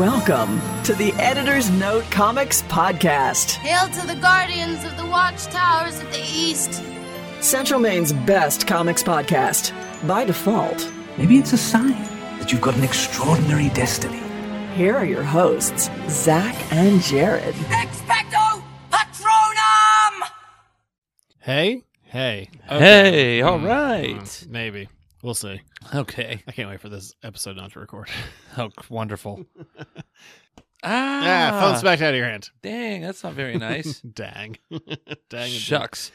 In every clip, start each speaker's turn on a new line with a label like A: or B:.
A: Welcome to the Editor's Note Comics Podcast,
B: Hail to the guardians of the watchtowers at the east.
A: Central Maine's best comics podcast. By default,
C: Maybe it's a sign that you've got an extraordinary destiny.
A: here are your hosts, Zach and Jared.
B: Expecto Patronum!
D: Hey, hey, Okay. Hmm.
E: Hey, all right.
D: maybe we'll see.
E: Okay.
D: I can't wait for this episode not to record.
E: Oh, wonderful.
D: Ah,
E: ah,
D: phone smacked out of your hand.
E: Dang, that's not very nice.
D: Dang, dang. it.
E: Shucks.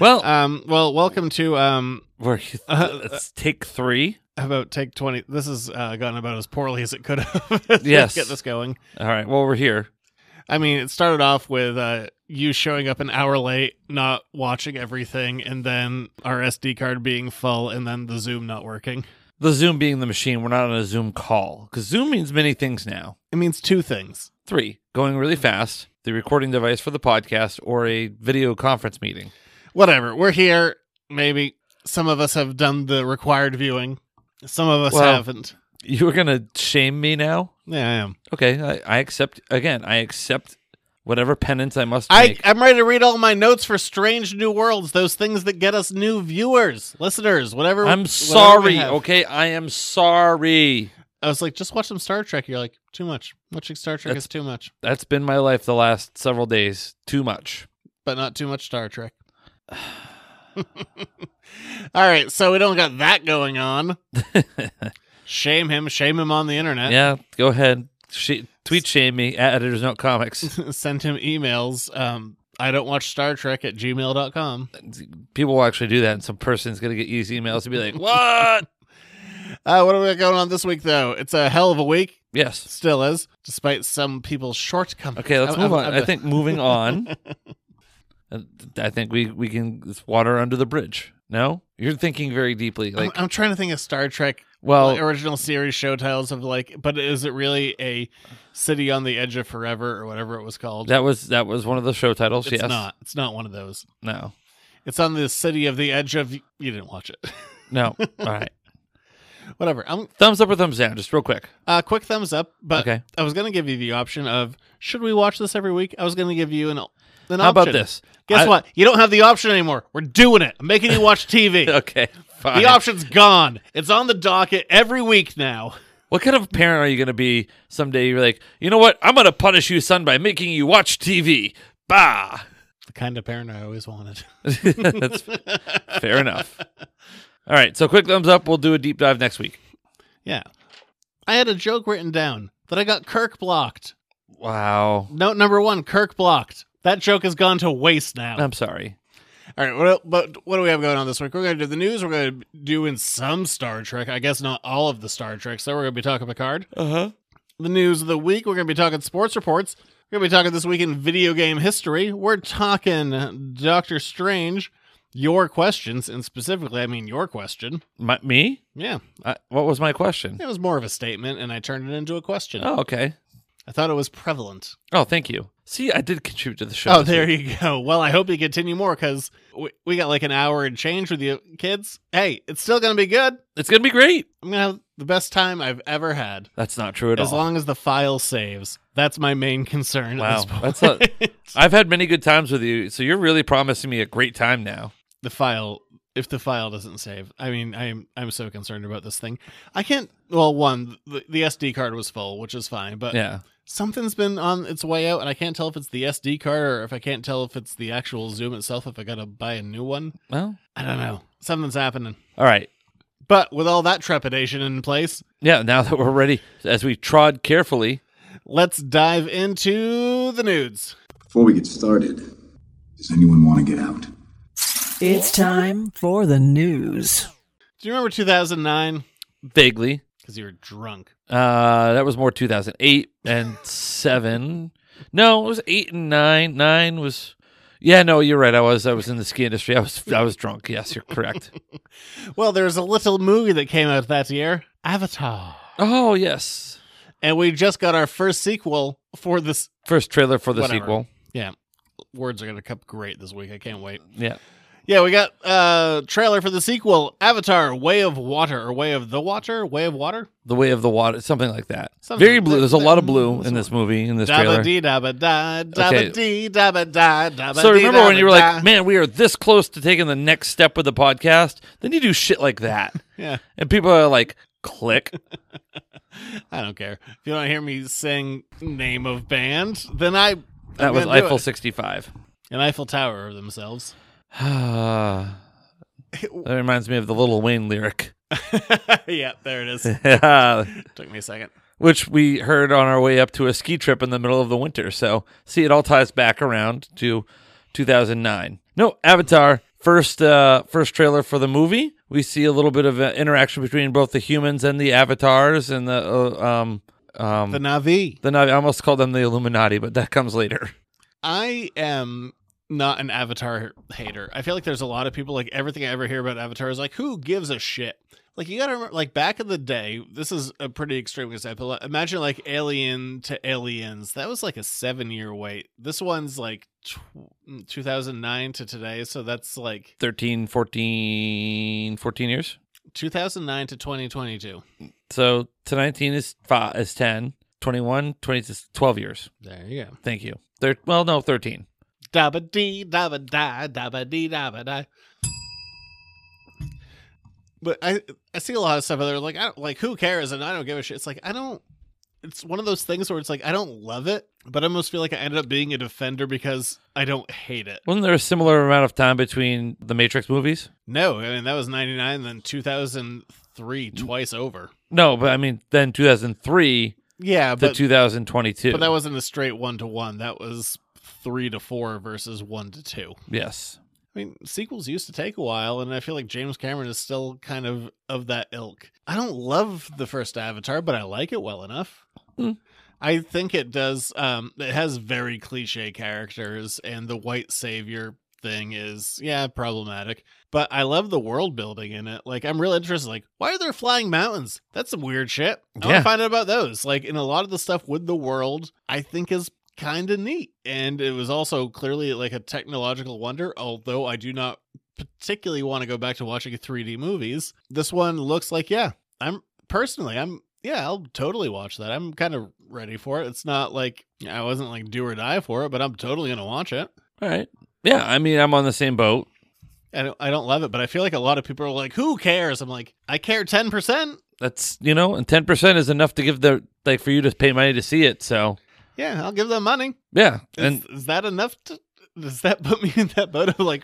E: Well,
D: Um. Well, welcome to um.
E: we're, let's take three.
D: How about take twenty? This has uh, gone about as poorly as it could have. Let's
E: Yes.
D: Get this going.
E: All right. Well, we're here.
D: I mean, it started off with uh, you showing up an hour late, not watching everything, and then our SD card being full, and then the Zoom not working.
E: The Zoom being the machine, we're not on a Zoom call because Zoom means many things now.
D: It means two things.
E: Three, going really
D: Mm-hmm.
E: fast, the recording device for the podcast, or a video conference meeting.
D: whatever. We're here. Maybe some of us have done the required viewing. Some of us
E: Well-
D: haven't.
E: You were going to shame me now?
D: Yeah, I am.
E: Okay. I, I accept, again, I accept whatever penance I must
D: I,
E: make.
D: I'm ready to read all my notes for Strange New Worlds, those things that get us new viewers, listeners, whatever. whatever
E: I'm
D: we
E: sorry.
D: have.
E: Okay. I am sorry.
D: I was like, just watch some Star Trek. You're like, too much. Watching Star Trek
E: That's-
D: is too much,
E: That's been my life the last several days. Too much.
D: but not too much Star Trek. all right, so we don't got that going on. shame him. Shame him on the internet.
E: yeah, go ahead. She, tweet shame me at editors note comics.
D: Send him emails. Um, I don't watch Star Trek at gmail.com.
E: People will actually do that, and some person's gonna get these emails to be like, "What?"
D: Uh, what are we got going on this week, though? It's a hell of a week.
E: yes.
D: Still is, despite some people's shortcomings.
E: Okay, let's
D: I'm-
E: move
D: I'm-
E: on.
D: I'm-
E: I think moving on. uh, I think we we can it's water under the bridge. No, you're thinking very deeply.
D: I'm,
E: Like,
D: I'm trying to think of Star Trek
E: well,
D: like, original series show titles of like, but is it really a city on the edge of forever or whatever it was called?
E: that was that was one of the show titles.
D: it's
E: yes.
D: not. It's not one of those.
E: No.
D: It's on the city of the edge of. You didn't watch it.
E: No. All right.
D: whatever. I'm
E: Thumbs up or thumbs down, just real quick.
D: uh, quick thumbs up. But
E: Okay.
D: I was gonna give you the option of should we watch this every week? I was gonna give you an. an
E: How about
D: option.
E: this?
D: Guess
E: I-
D: what? You don't have the option anymore. We're doing it. I'm making you watch TV.
E: Okay. Fine.
D: The option's gone. It's on the docket every week now.
E: What kind of parent are you going to be someday? You're like, you know what? I'm going to punish you, son, by making you watch TV. Bah.
D: The kind of parent I always wanted.
E: That's fair enough. All right. So, quick thumbs up. We'll do a deep dive next week.
D: Yeah. I had a joke written down that I got Kirk blocked.
E: Wow.
D: Note number one Kirk blocked. That joke has gone to waste now.
E: I'm sorry.
D: All right, what, el- but what do we have going on this week? We're going to do the news. We're going to do in some Star Trek. I guess not all of the Star Trek. So we're going to be talking Picard.
E: Uh huh.
D: The news of the week. We're going to be talking sports reports. We're going to be talking this week in video game history. We're talking Doctor Strange. Your questions, and specifically, I mean your question.
E: My, me?
D: Yeah,
E: I, what was my question?
D: it was more of a statement, and I turned it into a question.
E: Oh, okay.
D: I thought it was prevalent.
E: Oh, thank you. See, I did contribute to the show.
D: Oh,
E: this
D: there
E: week.
D: you go. Well, I hope you continue more because we, we got like an hour and change with you kids. Hey, it's still going to be good.
E: It's going to be great.
D: I'm going to have the best time I've ever had.
E: That's not true at
D: As
E: all.
D: long as the file saves. That's my main concern. at
E: wow.
D: this point.
E: That's not. I've had many good times with you, so you're really promising me a great time now.
D: the file if the file doesn't save i mean i'm i'm so concerned about this thing i can't well one the, the sd card was full which is fine but
E: Yeah.
D: something's been on its way out and i can't tell if it's the sd card or if i can't tell if it's the actual zoom itself if i gotta buy a new one
E: Well,
D: i don't know something's happening
E: all right.
D: but with all that trepidation in place
E: Yeah, now that we're ready, as we trod carefully,
D: let's dive into the nudes
F: Before we get started, does anyone want to get out?
A: It's time for the news.
D: do you remember 2009
E: vaguely,
D: because you were drunk
E: uh, that was more 2008 and 7. No, it was 8 and 9. 9 was Yeah, no, you're right. I was I was in the ski industry. I was I was drunk. Yes, you're correct.
D: well there's a little movie that came out that year avatar
E: Oh, yes.
D: and we just got our first sequel for this
E: First trailer for the
D: Whatever.
E: sequel.
D: Yeah. Words are going to come great this week. I can't wait.
E: Yeah.
D: Yeah, we got a uh, trailer for the sequel, Avatar: Way of Water or Way of the Water, Way of Water.
E: The Way of the Water, something like that.
D: Something.
E: Very blue. There's a lot of blue
D: That's
E: in this movie, in this
D: Dabba
E: trailer.
D: dee dabba da,
E: Okay.
D: dabba dee dabba da, dabba
E: So
D: dee
E: remember when
D: dabba
E: you were
D: da.
E: like, "Man, we are this close to taking the next step with the podcast." Then you do shit like that,
D: yeah,
E: and people are like, "Click."
D: I don't care. If you don't hear me sing name of band, then I I'm
E: That was
D: gonna do
E: Eiffel
D: it.
E: 65.
D: and Eiffel Tower of themselves.
E: that Ah, reminds me of the Little Wayne lyric,
D: yeah, there it is. Took me a second.
E: which we heard on our way up to a ski trip in the middle of the winter. So, see, it all ties back around to 2009. No, Avatar first uh, first trailer for the movie. We see a little bit of uh, interaction between both the humans and the avatars and the uh, um um
D: The Navi.
E: the Navi. I almost called them the Illuminati, but that comes later.
D: I am not an Avatar hater. I feel like there's a lot of people like everything I ever hear about Avatar is like, who gives a shit? Like you gotta remember, like back in the day, this is a pretty extreme example. like, Imagine like Alien to Aliens. That was like a seven year wait. This one's like tw- 2009 to today, so that's like
E: 13, 14, 14 years.
D: 2009 to 2022.
E: So to 19 is five, is 10, 21, 20 is 12 years.
D: There you go.
E: Thank you. Thir- well, no, 13.
D: Dabba dee dabba da dabba dee dabba da. But I I see a lot of stuff out there like I don't, like who cares and I don't give a shit. It's like I don't. It's one of those things where it's like I don't love it, but I almost feel like I ended up being a defender because I don't hate it.
E: Wasn't there a similar amount of time between the Matrix movies?
D: No, I mean that was ninety nine, then two thousand three, twice over.
E: No, but I mean, then 2003
D: Yeah,
E: to
D: but
E: 2022.
D: but that wasn't a straight one to one. That was three to four versus one to two.
E: yes.
D: I mean, sequels used to take a while, and I feel like James Cameron is still kind of of that ilk. I don't love the first Avatar, but I like it well enough.
E: Hmm.
D: I think it does. Um, it has very cliche characters, and the white savior thing is yeah problematic. But I love the world building in it. Like I'm real interested. Like why are there flying mountains? That's some weird shit. I want
E: Yeah.
D: to find out about those. Like in a lot of the stuff with the world, I think is kind of neat. And it was also clearly like a technological wonder, although I do not particularly want to go back to watching 3D movies. This one looks like, yeah, I'm personally, I'm, yeah, I'll totally watch that. I'm kind of ready for it. It's not like I wasn't like do or die for it, but I'm totally going to watch it.
E: All right. Yeah, I mean, I'm on the same boat.
D: I don't, I don't love it, but I feel like a lot of people are like, who cares? I'm like, I care 10%.
E: That's, you know, and 10% is enough to give the, like, for you to pay money to see it. So,
D: Yeah, I'll give them money.
E: yeah.
D: Is,
E: And,
D: is that enough to, does that put me in that boat of like,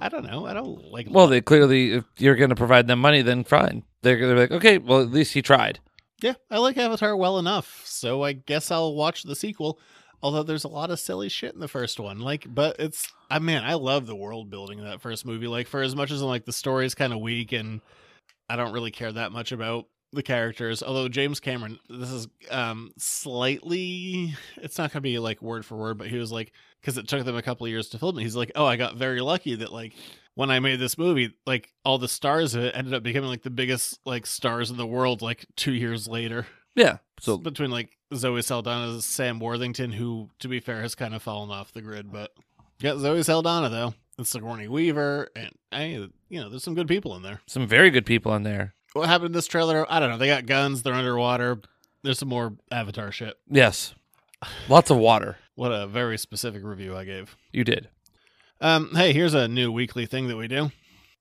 D: I don't know. I don't like.
E: well, they clearly, if you're going to provide them money, then fine. They're going to be like, okay, well, at least he tried.
D: Yeah, I like Avatar well enough, so I guess I'll watch the sequel. Although there's a lot of silly shit in the first one, like, but it's I man, I love the world building of that first movie. Like, for as much as I'm like the story's kind of weak and I don't really care that much about the characters. Although James Cameron, this is um slightly, it's not gonna be like word for word, but he was like, because it took them a couple of years to film it. He's like, oh, I got very lucky that like when I made this movie, like all the stars of it ended up becoming like the biggest like stars in the world like two years later.
E: Yeah.
D: So
E: So,
D: between like Zoe Saldana, Sam Worthington, who to be fair has kind of fallen off the grid, but you got Zoe Saldana though, and Sigourney Weaver, and hey, you know, there's some good people in there.
E: some very good people in there.
D: What happened in this trailer? I don't know. They got guns. They're underwater. There's some more Avatar shit.
E: Yes. Lots of water.
D: What a very specific review I gave.
E: You did.
D: Um, hey, here's a new weekly thing that we do.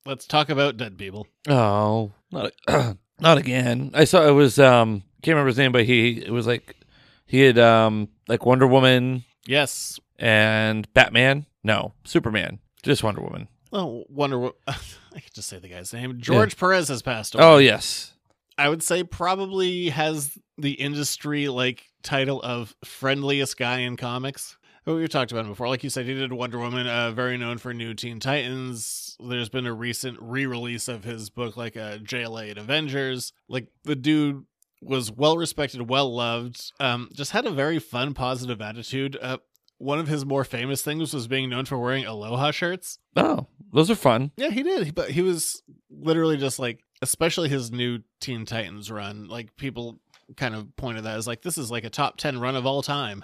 D: Let's talk about dead people.
E: Oh, not not again. I saw it was um can't remember his name, but he it was like he had um like Wonder Woman
D: Yes.
E: and Batman. No, Superman. Just Wonder Woman.
D: Oh, Wonder. Wo- I could just say the guy's name. George Perez has passed away.
E: Oh yes,
D: I would say probably has the industry like title of friendliest guy in comics. But We've talked about him before. Like you said, he did Wonder Woman, uh, very known for New Teen Titans. There's been a recent re release of his book, like uh, JLA and Avengers. Like the dude was well respected, well loved, um, just had a very fun, positive attitude. Uh, one of his more famous things was being known for wearing Aloha shirts.
E: oh those are fun.
D: Yeah, he did. But he was literally just like, especially his new Teen Titans run. Like people kind of pointed that as like this is like a top ten run of all time.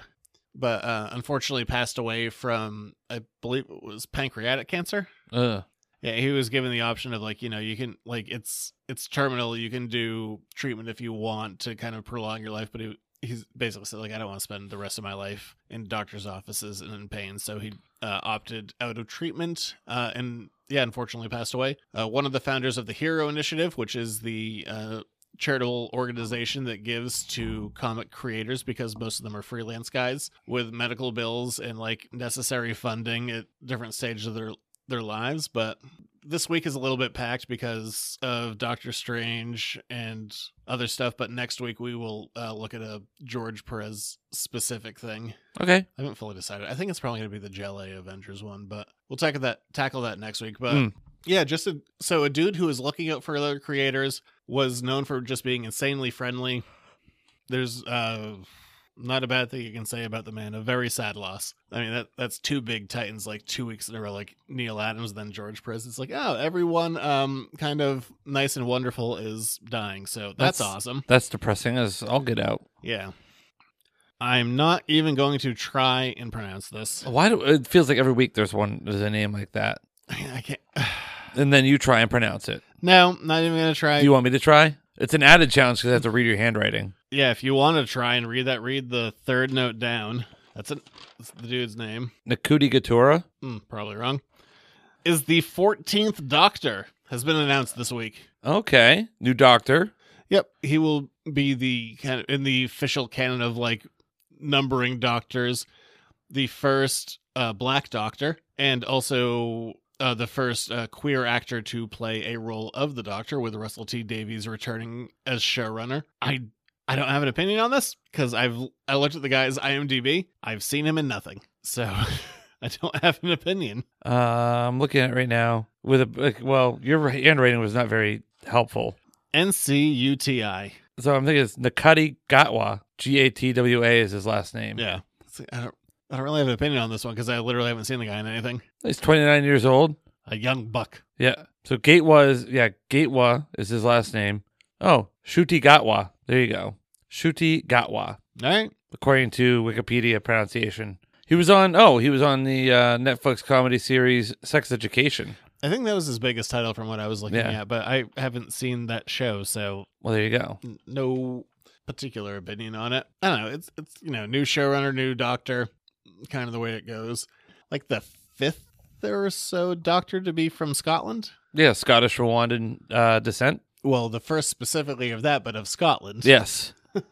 D: But uh, unfortunately, passed away from I believe it was pancreatic cancer.
E: Uh,
D: Yeah, he was given the option of like, you know, you can like it's it's terminal, you can do treatment if you want to kind of prolong your life, but he he's basically said like I don't want to spend the rest of my life in doctors' offices and in pain, so he uh, opted out of treatment uh, and yeah, unfortunately passed away. Uh, one of the founders of the Hero Initiative, which is the uh, charitable organization that gives to comic creators because most of them are freelance guys with medical bills and like necessary funding at different stages of their their lives but this week is a little bit packed because of doctor strange and other stuff but next week we will uh, look at a george perez specific thing
E: Okay.
D: i haven't fully decided i think it's probably going to be the jelly avengers one but we'll tackle that tackle that next week but
E: Hmm.
D: yeah, just a, so a dude who was looking out for other creators was known for just being insanely friendly. There's uh, not a bad thing you can say about the man. A very sad loss. I mean, that that's two big titans like two weeks in a row, like Neil Adams, then George Perez. It's like, oh, everyone, um, kind of nice and wonderful is dying. So that's,
E: That's-
D: awesome.
E: That's depressing as I'll get out.
D: Yeah, I'm not even going to try and pronounce this.
E: Why do it feels like every week there's one there's a name like that.
D: I can't.
E: And then you try and pronounce it.
D: No, not even gonna try.
E: Do you want me to try? It's an added challenge because I have to read your handwriting.
D: Yeah, if you want to try and read that, read the third note down. That's, an, that's the dude's name.
E: Nakuti Gatura.
D: Hmm, probably wrong. Is the 14th Doctor has been announced this week.
E: Okay. New doctor.
D: Yep, he will be the kind of in the official canon of like numbering doctors, the first uh, black doctor, and also uh, the first uh, queer actor to play a role of the doctor, with Russell T Davies returning as showrunner. I I don't have an opinion on this because I've I looked at the guy's IMDb. I've seen him in nothing, so I don't have an opinion.
E: Uh, I'm looking at it right now with a like, well, your handwriting was not very helpful.
D: NCUTI.
E: So I'm thinking it's Nakati Gatwa. G A T W A is his last name.
D: Yeah, See, I don't I don't really have an opinion on this one because I literally haven't seen the guy in anything.
E: He's 29 years old.
D: A young buck.
E: Yeah. So Gatewa is yeah, Gatewa is his last name. Oh, Shuti Gatwa. There you go. Shuti Gatwa,
D: All right.
E: according to Wikipedia pronunciation. He was on oh, he was on the uh, Netflix comedy series Sex Education.
D: I think that was his biggest title from what I was looking
E: Yeah.
D: at, but I haven't seen that show, so
E: Well, there you go.
D: n- no particular opinion on it. I don't know. It's it's you know, new showrunner, new doctor, kind of the way it goes. Like the fifth or so doctor to be from Scotland.
E: Yeah, Scottish Rwandan uh, descent.
D: Well, the first specifically of that, but of Scotland.
E: Yes.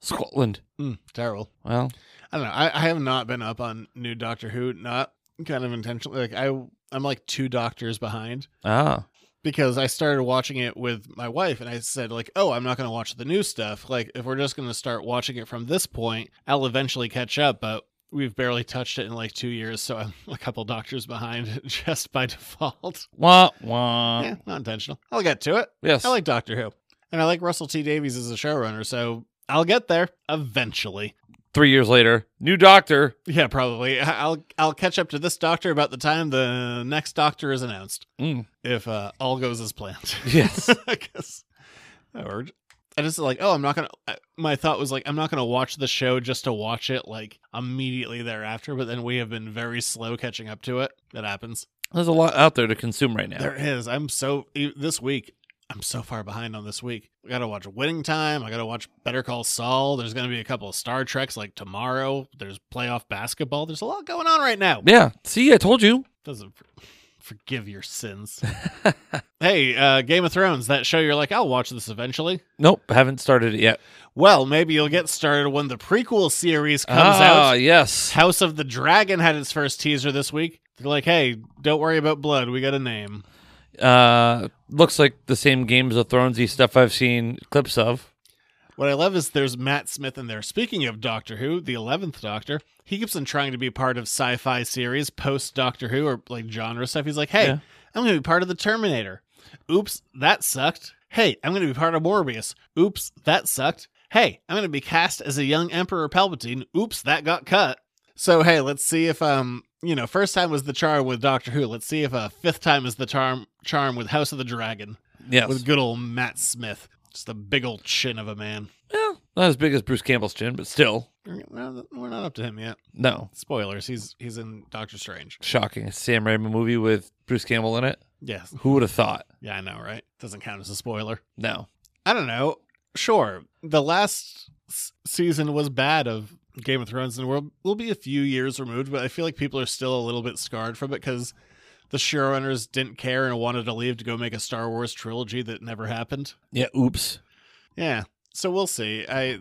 E: Scotland.
D: Mm, terrible.
E: Well,
D: I don't know. I, I have not been up on new Doctor Who, not kind of intentionally. Like I I'm like two doctors behind.
E: ah,
D: because I started watching it with my wife and I said like, "Oh, I'm not going to watch the new stuff. Like if we're just going to start watching it from this point, I'll eventually catch up, but we've barely touched it in like 2 years, so I'm a couple doctors behind just by default."
E: wah wah.
D: yeah, not intentional. I'll get to it.
E: Yes.
D: I like Doctor Who. And I like Russell T Davies as a showrunner, so I'll get there eventually.
E: Three years later, new doctor.
D: Yeah, probably. I- I'll I'll catch up to this doctor about the time the next doctor is announced.
E: Mm.
D: If uh, all goes as planned.
E: Yes.
D: I guess. Or I just like, oh, I'm not gonna. I, my thought was like, I'm not gonna watch the show just to watch it like immediately thereafter. But then we have been very slow catching up to it. That happens.
E: There's a lot out there to consume right now.
D: There is. I'm so e- this week. I'm so far behind on this week. I gotta watch Winning Time. I gotta watch Better Call Saul. There's gonna be a couple of Star Treks like tomorrow. There's playoff basketball. There's a lot going on right now.
E: Yeah. See, I told you.
D: Doesn't for- forgive your sins. hey, uh, Game of Thrones. That show. You're like, I'll watch this eventually.
E: Nope, haven't started it yet.
D: Well, maybe you'll get started when the prequel series comes
E: ah,
D: out.
E: yes.
D: House of the Dragon had its first teaser this week. They're like, hey, don't worry about blood. We got a name.
E: Uh, looks like the same Games of Thronesy stuff I've seen clips of.
D: What I love is there's Matt Smith in there. Speaking of Doctor Who, the 11th Doctor, he keeps on trying to be part of sci fi series post Doctor Who or like genre stuff. He's like, hey,
E: Yeah.
D: I'm going to be part of the Terminator. Oops, that sucked. Hey, I'm going to be part of Morbius. Oops, that sucked. Hey, I'm going to be cast as a young Emperor Palpatine. Oops, that got cut. So hey, let's see if um you know first time was the charm with Doctor Who. Let's see if a uh, fifth time is the charm charm with House of the Dragon
E: Yes.
D: with good old Matt Smith. Just a big old chin of a man.
E: Well, Not as big as Bruce Campbell's chin, but still.
D: We're not we're not up to him yet.
E: No.
D: Spoilers. He's he's in Doctor Strange.
E: Shocking. Sam Raimi movie with Bruce Campbell in it.
D: Yes.
E: Who would have thought?
D: Yeah, I know, right? Doesn't count as a spoiler.
E: No.
D: I don't know. Sure, the last s- season was bad of Game of Thrones, and we'll we'll be a few years removed, but I feel like people are still a little bit scarred from it because the showrunners didn't care and wanted to leave to go make a Star Wars trilogy that never happened.
E: Yeah, oops.
D: Yeah, so we'll see. I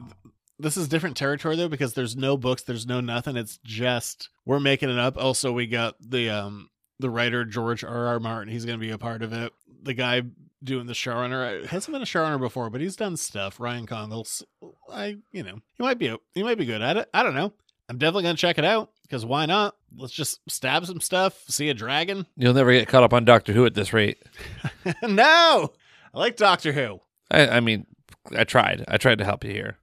D: this is different territory though because there's no books, there's no nothing. It's just we're making it up. Also, we got the um the writer George R. R. Martin. He's going to be a part of it. The guy doing the showrunner uh, hasn't been a showrunner before, but he's done stuff. Ryan Congles. I you know he might be he might be good at it. I don't know. I'm definitely going to check it out because why not? Let's just stab some stuff, see a dragon.
E: You'll never get caught up on Doctor Who at this rate.
D: no, I like Doctor Who.
E: I, I mean, I tried. I tried to help you here.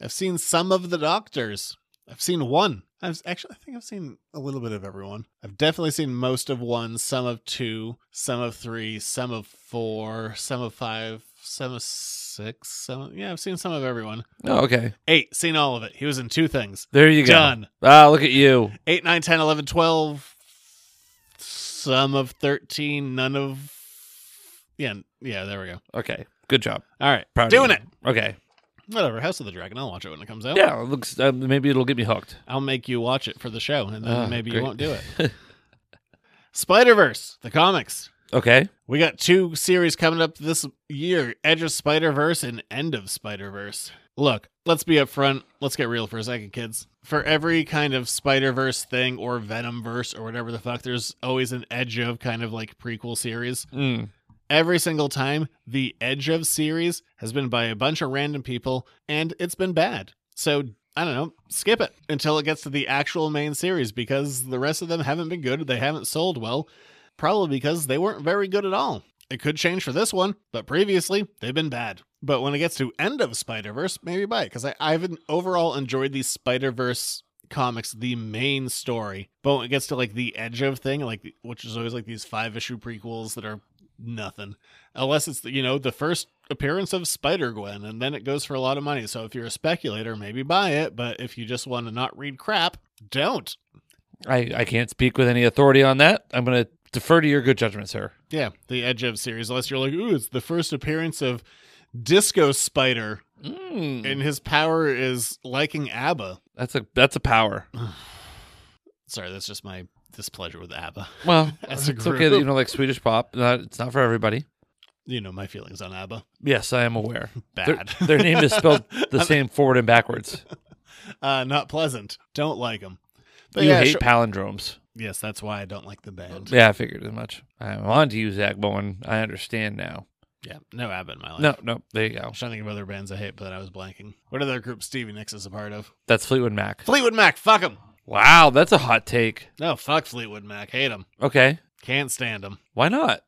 D: I've seen some of the doctors. I've seen one. I've actually, I think I've seen a little bit of everyone. I've definitely seen most of one, some of two, some of three, some of four, some of five, some of six. Some of, yeah, I've seen some of everyone.
E: Oh, okay.
D: Eight, seen all of it. He was in two things.
E: There you go.
D: Done.
E: Ah, look at you.
D: Eight, nine, ten, eleven, twelve. Some of thirteen. None of. Yeah, yeah. There we go.
E: Okay. Good job.
D: All right,
E: Proud of
D: doing
E: you.
D: it.
E: Okay.
D: Whatever. House of the Dragon. I'll watch it when it comes out.
E: Yeah, it looks. Uh, maybe it'll get me hooked.
D: I'll make you watch it for the show, and then
E: Ah,
D: maybe
E: great.
D: you won't do it. Spider Verse, the comics.
E: Okay.
D: We got two series coming up this year Edge of Spider Verse and End of Spider Verse. Look, let's be upfront. Let's get real for a second, kids. For every kind of Spider Verse thing or Venom Verse or whatever the fuck, there's always an Edge of kind of like prequel series.
E: Mm.
D: Every single time, the Edge of series has been by a bunch of random people, and it's been bad. So I don't know, skip it until it gets to the actual main series because the rest of them haven't been good. They haven't sold well, probably because they weren't very good at all. It could change for this one, but previously they've been bad. But when it gets to end of Spider Verse, maybe buy it because I've en- overall enjoyed the Spider Verse comics, the main story. But when it gets to like the edge of thing, like which is always like these five issue prequels that are nothing unless it's you know the first appearance of spider-gwen and then it goes for a lot of money so if you're a speculator maybe buy it but if you just want to not read crap don't
E: I I can't speak with any authority on that. I'm gonna defer to your good judgment, sir.
D: yeah the edge of series unless you're like ooh it's the first appearance of disco spider
E: Mm.
D: and his power is liking abba
E: That's a that's a power.
D: sorry that's just my displeasure with abba
E: Well,
D: As
E: it's
D: a
E: okay that
D: group.
E: you don't like Swedish pop. Not, it's not for everybody.
D: you know my feelings on abba
E: Yes, I am aware. Their-
D: Bad.
E: Their, name is spelled the same forward and backwards.
D: uh not pleasant don't like him but
E: you
D: yeah
E: hate
D: sure-
E: palindromes.
D: yes that's why i don't like the band
E: Yeah, I figured as much. I'm on to you, Zach Bowen. I understand now.
D: yeah no abba in my life
E: No, no, there you go.
D: I'm trying to think of other bands I hate, but I was blanking. What other group Stevie Nicks is a part of?
E: That's Fleetwood Mac.
D: Fleetwood Mac. Fuck them.
E: Wow, that's a hot take.
D: No, fuck Fleetwood Mac. Hate them.
E: Okay,
D: Can't stand them.
E: why not?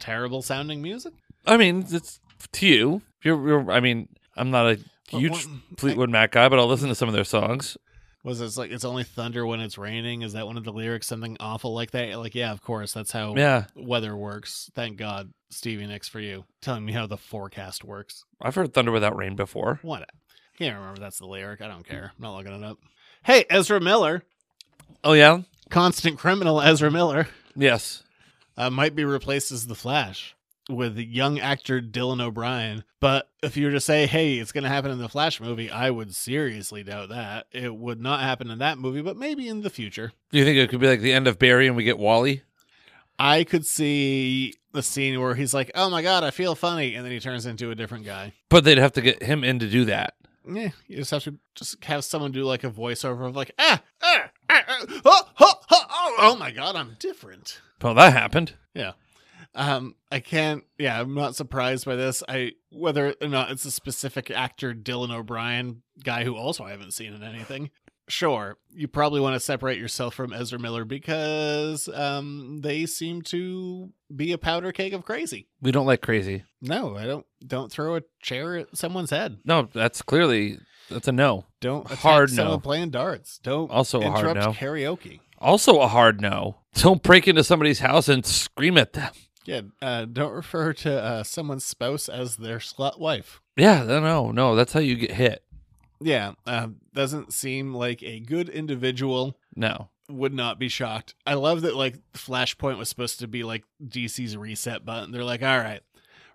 D: Terrible sounding music.
E: I mean, it's to you. You're, you're I mean, I'm not a
D: But
E: huge
D: what-
E: Fleetwood Mac guy, but I'll listen to some of their songs.
D: Was this like it's only thunder when it's raining? Is that one of the lyrics? Something awful like that? Like yeah, of course. That's how
E: Yeah,
D: weather works. Thank God, Stevie Nicks for you telling me how the forecast works.
E: I've heard Thunder Without Rain before.
D: What? Can't remember. That's the lyric. I don't care. I'm not looking it up. Hey, Ezra Miller,
E: Oh yeah,
D: constant criminal Ezra Miller.
E: yes.
D: uh, might be replaced as the Flash with young actor Dylan O'Brien. But if you were to say, "Hey, it's going to happen in the Flash movie," I would seriously doubt that. It would not happen in that movie, but maybe in the future.
E: Do you think it could be like the end of Barry and we get Wally?
D: I could see the scene where he's like, "Oh my god, I feel funny," and then he turns into a different guy.
E: But they'd have to get him in to do that.
D: Yeah, you just have to just have someone do like a voiceover of like, "Ah, ah, ah, ah oh, oh, oh, oh, oh my god, I'm different."
E: Well, that happened.
D: Yeah. Um, I can't. Yeah, I'm not surprised by this. I whether or not it's a specific actor, Dylan O'Brien, guy who also I haven't seen in anything. Sure, you probably want to separate yourself from Ezra Miller because um, they seem to be a powder keg of crazy.
E: We don't like crazy.
D: No, I don't. Don't throw a chair at someone's head.
E: No, that's clearly that's a no.
D: Don't attack
E: Hard
D: someone
E: no.
D: playing darts. Don't
E: Also a hard
D: interrupt
E: no.
D: karaoke.
E: Also a hard no. Don't break into somebody's house and scream at them.
D: Yeah, uh, don't refer to uh, someone's spouse as their slut wife.
E: Yeah, no, no, no. That's how you get hit.
D: Yeah, uh, doesn't seem like a good individual.
E: No.
D: Would not be shocked. I love that like Flashpoint was supposed to be like DC's reset button. They're like, all right,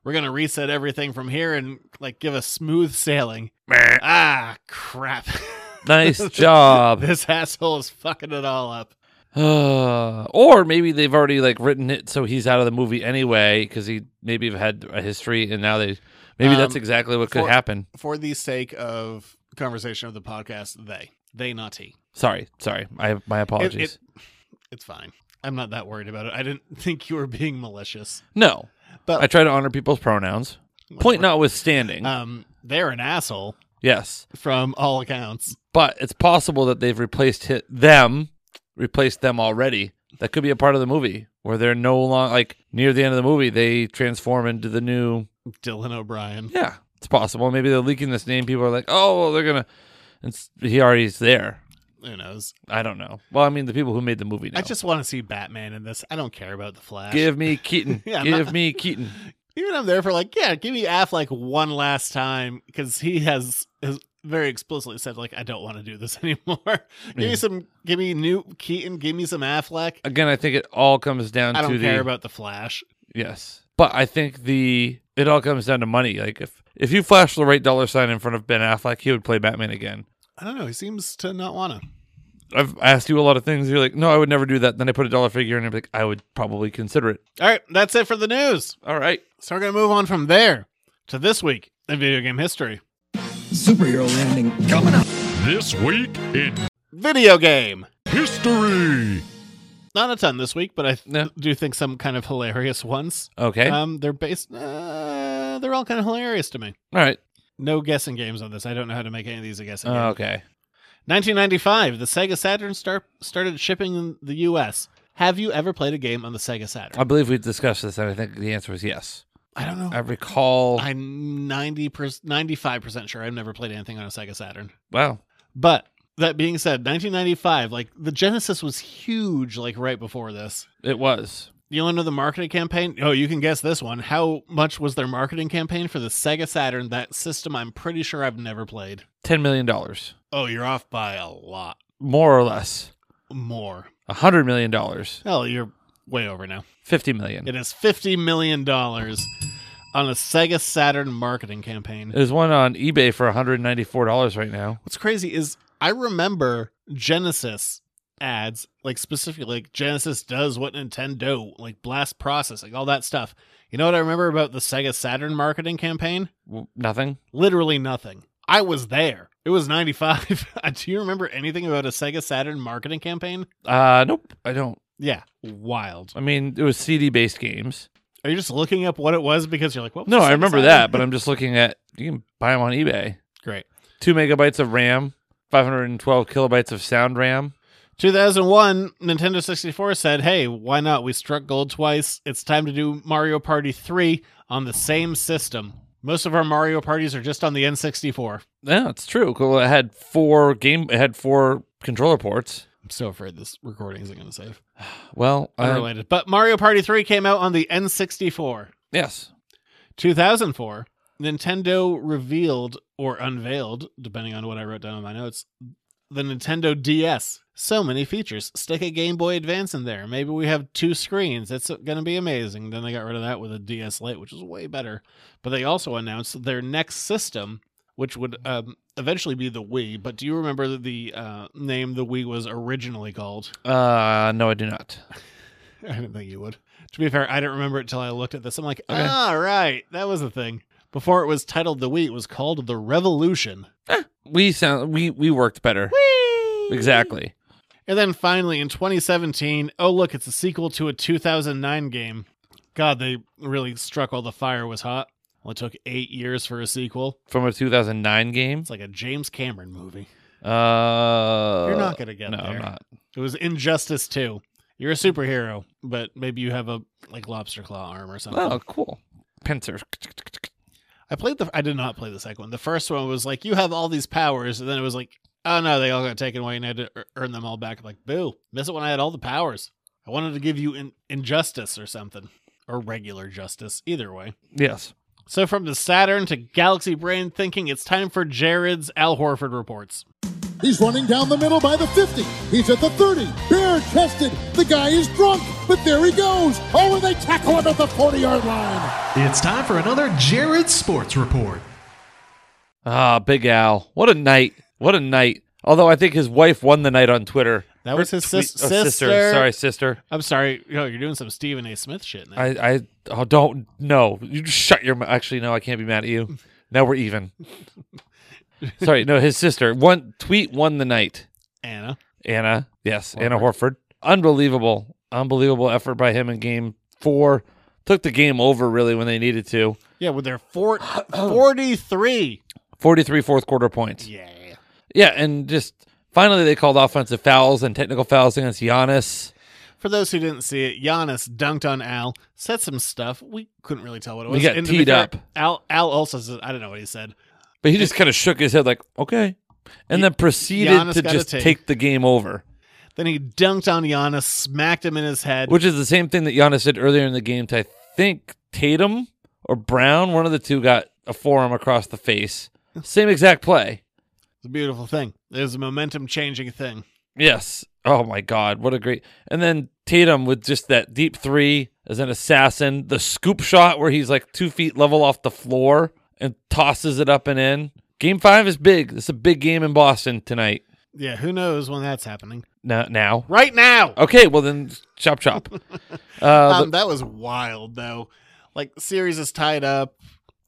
D: we're gonna reset everything from here and like give a smooth sailing. ah, crap.
E: Nice job.
D: this asshole is fucking it all up.
E: Uh, or maybe they've already like written it so he's out of the movie anyway because he maybe had a history and now they maybe that's
D: Um,
E: exactly what could
D: for-
E: happen.
D: For the sake of conversation of the podcast, they they not he.
E: Sorry, sorry. I my
D: It-
E: apologies.
D: it- it's fine. I'm not that worried about it. I didn't think you were being malicious.
E: no,
D: But-
E: I try to honor people's pronouns. Point notwithstanding,
D: Um, they're an asshole
E: yes,
D: from all accounts.
E: but it's possible that they've replaced hit them, replaced them already. That could be a part of the movie where they're no longer like near the end of the movie they transform into the new
D: Dylan O'Brien.
E: Yeah, it's possible. Maybe they're leaking this name. People are like, oh, well, they're gonna. It's, he already's there.
D: Who knows?
E: I don't know. Well, I mean, the people who made the movie. Know.
D: I just want to see Batman in this. I don't care about the Flash.
E: give me Keaton.
D: Yeah, I'm
E: give
D: not-
E: me Keaton.
D: Even I'm there for like, yeah, give me Affleck one last time because he has, has very explicitly said like, I don't want to do this anymore. give
E: Yeah.
D: me some, give me new Keaton, give me some Affleck.
E: Again, I think it all comes down
D: I
E: to
D: don't
E: the
D: care about the Flash.
E: yes, but I think the it all comes down to money. Like if if you flash the right dollar sign in front of Ben Affleck, he would play Batman again.
D: I don't know. He seems to not want to.
E: I've asked you a lot of things. You're like, no, I would never do that. Then I put a dollar figure in, and I'm like, I would probably consider it.
D: All right, that's it for the news.
E: All right.
D: So we're gonna move on from there to this week in video game history.
C: Superhero landing coming up.
G: This week in
D: Video game.
G: history.
D: Not a ton this week, but I th-
E: No.
D: do think some kind of hilarious ones.
E: Okay.
D: Um, they're based. Uh, they're all kind of hilarious to me.
E: all right.
D: No guessing games on this. I don't know how to make any of these a guessing game.
E: Oh, Okay.
D: 1995, the Sega Saturn start, started shipping in the U.S. Have you ever played a game on the Sega Saturn?
E: I believe we discussed this, and I think the answer is yes.
D: I don't know.
E: I recall.
D: I'm 90 95% sure I've never played anything on a Sega Saturn.
E: wow.
D: But that being said, 1995, like the Genesis was huge, like right before this.
E: It was.
D: You want to know the marketing campaign? Oh, you can guess this one. How much was their marketing campaign for the Sega Saturn, that system I'm pretty sure I've never played?
E: $10 million, dollars,
D: Oh, you're off by a lot
E: more or less.
D: more.
E: $100 million, dollars,
D: Oh, you're way over now.
E: $50 million.
D: It is $50 million on a Sega Saturn marketing campaign.
E: There's one on eBay for $194 right now.
D: What's crazy is I remember Genesis ads, like specifically like Genesis does what Nintendo, like blast processing, all that stuff. You know what I remember about the Sega Saturn marketing campaign?
E: W- Nothing.
D: Literally nothing. I was there. It was 95. Do you remember anything about a Sega Saturn marketing campaign?
E: Uh, nope. I don't.
D: Yeah, wild.
E: I mean, it was CD based games.
D: Are you just looking up what it was because you're like, what? was
E: No,
D: the
E: I
D: Sega
E: remember
D: Saturn?
E: that, but I'm just looking at you can buy them on eBay.
D: Great.
E: Two megabytes of RAM, 512 kilobytes of sound RAM.
D: 2001, Nintendo 64 said, hey, why not? We struck gold twice. It's time to do Mario Party 3 on the same system. Most of our Mario parties are just on the N64.
E: Yeah, it's true. Cool. It had four game. It had four controller ports.
D: I'm so afraid this recording isn't going to save.
E: Well, uh,
D: Unrelated. but Mario Party 3 came out on the N64.
E: yes,
D: 2004, Nintendo revealed or unveiled, depending on what I wrote down in my notes, the Nintendo DS. So many features. Stick a Game Boy Advance in there. Maybe we have two screens. It's going to be amazing. Then they got rid of that with a DS Lite, which is way better. But they also announced their next system, which would um, eventually be the Wii. But do you remember the uh, name the Wii was originally called?
E: Uh, no, I do not.
D: I didn't think you would. To be fair, I didn't remember it till I looked at this. I'm like,
E: Okay.
D: all right, that was a thing. Before it was titled The Wii, it was called The Revolution.
E: We sound we we worked better. Exactly.
D: And then finally in 2017, oh, look, it's a sequel to a 2009 game. God, they really struck while the fire was hot. Well, it took eight years for a sequel.
E: From a 2009 game.
D: It's like a James Cameron movie.
E: Uh,
D: You're not going to get
E: no,
D: there.
E: I'm not.
D: It was Injustice 2. You're a superhero, but maybe you have a like lobster claw arm or something.
E: Oh, cool. Pincer.
D: I played the. I did not play the second one. The first one was like you have all these powers, and then it was like, oh no, they all got taken away, and I had to ear- earn them all back. I'm like, boo, miss it when I had all the powers. I wanted to give you in, injustice or something. or regular justice, either way.
E: Yes.
D: So from the Saturn to galaxy brain thinking, it's time for Jared's Al Horford reports.
H: He's running down the middle by the 50. He's at the 30. Bare chested. The guy is drunk, but there he goes. Oh, and they tackle him at the 40 yard line.
I: It's time for another Jared Sports Report.
E: Ah, Big Al. What a night. What a night. Although I think his wife won the night on Twitter.
D: That
E: Her
D: was his sis-
E: tweet- oh,
D: sister.
E: Sorry, sister.
D: I'm sorry, yo, you're doing some Stephen A. Smith shit now.
E: I, I oh, don't. No. You just shut your mouth. Actually, no, I can't be mad at you. Now we're even. sorry. No, his sister. One tweet won the night.
D: Anna.
E: Anna, yes, Anna Horford. Unbelievable, unbelievable effort by him in game four. Took the game over really when they needed to.
D: Yeah, with their four, 43.
E: 43 fourth quarter points.
D: Yeah.
E: Yeah, and just finally they called offensive fouls and technical fouls against Giannis.
D: For those who didn't see it, Giannis dunked on Al, said some stuff. We couldn't really tell what it
E: We
D: was.
E: got
D: to be
E: teed
D: fair,
E: up.
D: Al, Al also said, I don't know what he said.
E: But he just kind of shook his head like, okay. And then proceeded
D: Giannis
E: to
D: got a
E: just
D: take.
E: take the game over,
D: Then he dunked on Giannis, smacked him in his head.
E: which is the same thing that Giannis did earlier in the game to, I think, Tatum or Brown. One of the two got a forearm across the face. Same exact play.
D: It's a beautiful thing. There's a momentum changing thing.
E: Yes. Oh my God, what a great! And then Tatum with just that deep three as an assassin, the scoop shot where he's like two feet level off the floor and tosses it up and in. Game five is big. It's a big game in Boston tonight.
D: Yeah, who knows when that's happening?
E: Now, now.
D: Right now.
E: Okay, well then, chop chop. Uh,
D: um, that was wild though. Like series is tied up.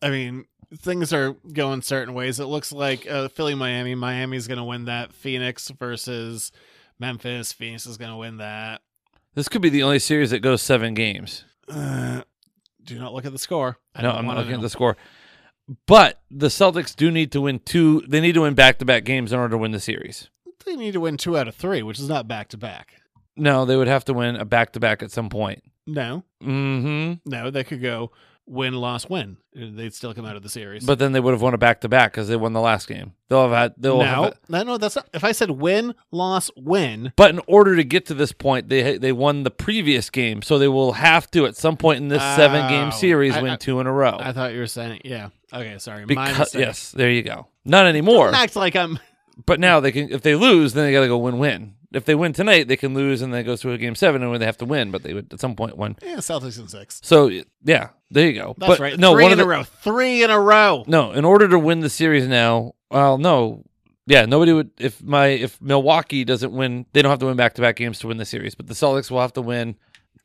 D: I mean, things are going certain ways. It looks like uh, Philly, Miami. Miami's going to win that. Phoenix versus Memphis. Phoenix is going to win that.
E: this could be the only series that goes seven games.
D: Uh, do not look at the score. I
E: No,
D: don't
E: I'm not
D: wanna
E: looking at
D: know.
E: the score. But the Celtics do need to win two. They need to win back to back games in order to win the series.
D: They need to win two out of three, which is not back to back.
E: No, they would have to win a back to back at some point.
D: No,
E: Mm-hmm.
D: no, they could go win, loss, win. They'd still come out of the series.
E: But then they would have won a back to back because they won the last game. They'll have had. They'll have
D: no,
E: had-
D: no, no, that's not. If I said win, loss, win,
E: but in order to get to this point, they they won the previous game, so they will have to at some point in this seven game
D: Oh.
E: series
D: I-
E: win
D: I-
E: two in a row.
D: I thought you were saying yeah. Okay, sorry. My
E: because
D: mistake.
E: yes, there you go. Not anymore.
D: Don't act like I'm.
E: But now they can. If they lose, then they got to go win win. If they win tonight, they can lose, and then it goes to a game seven, and they have to win. But they would at some point win.
D: Yeah, Celtics in six.
E: So yeah, there you go.
D: That's
E: but
D: right.
E: No,
D: three
E: one
D: in
E: of
D: a
E: the-
D: row. Three in a row.
E: No, in order to win the series now, well, no, yeah, nobody would. If my if Milwaukee doesn't win, they don't have to win back to back games to win the series. But the Celtics will have to win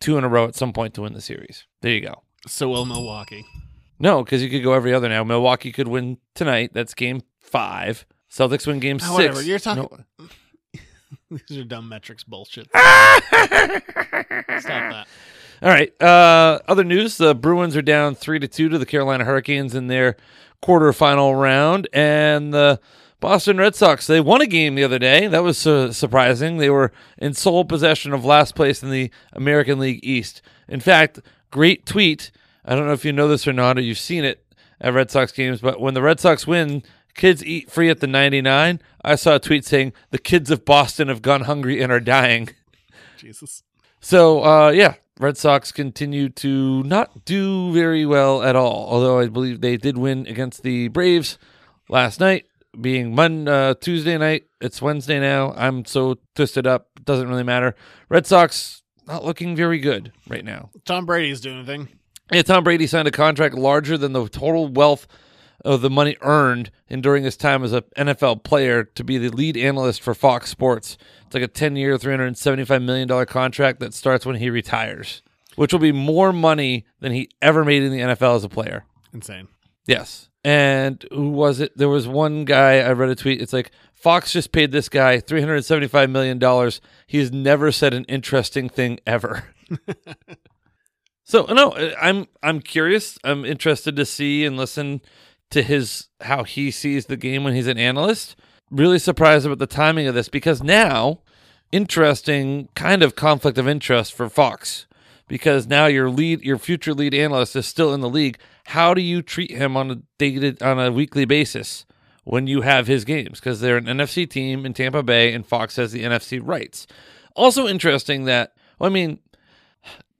E: two in a row at some point to win the series. There you go.
D: So will Milwaukee.
E: No, because you could go every other now. Milwaukee could win tonight. That's game five. Celtics win game
D: Ah,
E: six.
D: whatever. You're talking.
E: No,
D: These are dumb metrics bullshit. Stop that.
E: All right. Uh, other news: the Bruins are down three to two to the Carolina Hurricanes in their quarterfinal round, and the Boston Red Sox they won a game the other day. That was uh, surprising. They were in sole possession of last place in the American League East. In fact, great tweet. I don't know if you know this or not, or you've seen it at Red Sox games, but when the Red Sox win. Kids eat free at the 99. I saw a tweet saying the kids of Boston have gone hungry and are dying.
D: Jesus.
E: So uh, yeah, Red Sox continue to not do very well at all. Although I believe they did win against the Braves last night, being Mon- uh, Tuesday night. It's Wednesday now. I'm so twisted up. Doesn't really matter. Red Sox not looking very good right now.
D: Tom Brady's doing a thing.
E: Yeah, Tom Brady signed a contract larger than the total wealth of the money earned and during his time as an NFL player to be the lead analyst for Fox Sports. It's like a 10 year, $375 million contract that starts when he retires, which will be more money than he ever made in the NFL as a player.
D: Insane.
E: Yes. And who was it? There was one guy I read a tweet. It's like Fox just paid this guy three hundred seventy-five million dollars. He's never said an interesting thing ever. so no, uh, I'm I'm curious. I'm interested to see and listen to his how he sees the game when he's an analyst. Really surprised about the timing of this because now, interesting kind of conflict of interest for Fox because now your lead your future lead analyst is still in the league how do you treat him on a dated on a weekly basis when you have his games because they're an NFC team in Tampa Bay and Fox has the NFC rights also interesting that well, I mean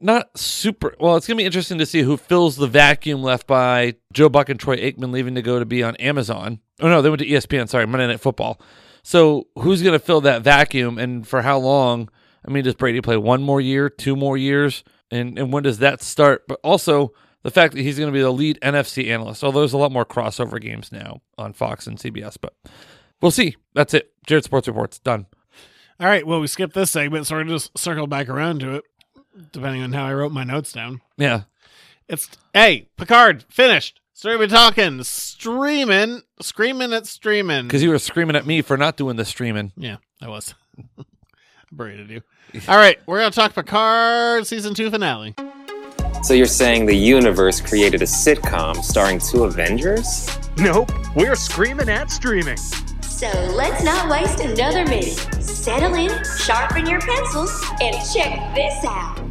E: not super. Well, it's going to be interesting to see who fills the vacuum left by Joe Buck and Troy Aikman leaving to go to be on Amazon. Oh, no, they went to ESPN. Sorry, Monday Night Football. So who's going to fill that vacuum and for how long? I mean, does Brady play one more year, two more years? And, and when does that start? But also the fact that he's going to be the lead NFC analyst, although there's a lot more crossover games now on Fox and CBS. But we'll see. That's it. Jared Sports Report's done.
D: All right. Well, we skipped this segment, so we're gonna just circle back around to it, depending on how I wrote my notes down.
E: Yeah.
D: It's hey, Picard finished. Sorry, we talking streaming, screaming at streaming.
E: Because you were screaming at me for not doing the streaming.
D: Yeah, I was. I berated you. All right, we're gonna talk Picard season two finale.
J: So you're saying the universe created a sitcom starring two Avengers?
K: Nope, we're screaming at streaming.
L: So let's not waste another minute. Settle in, sharpen your pencils, and check this out.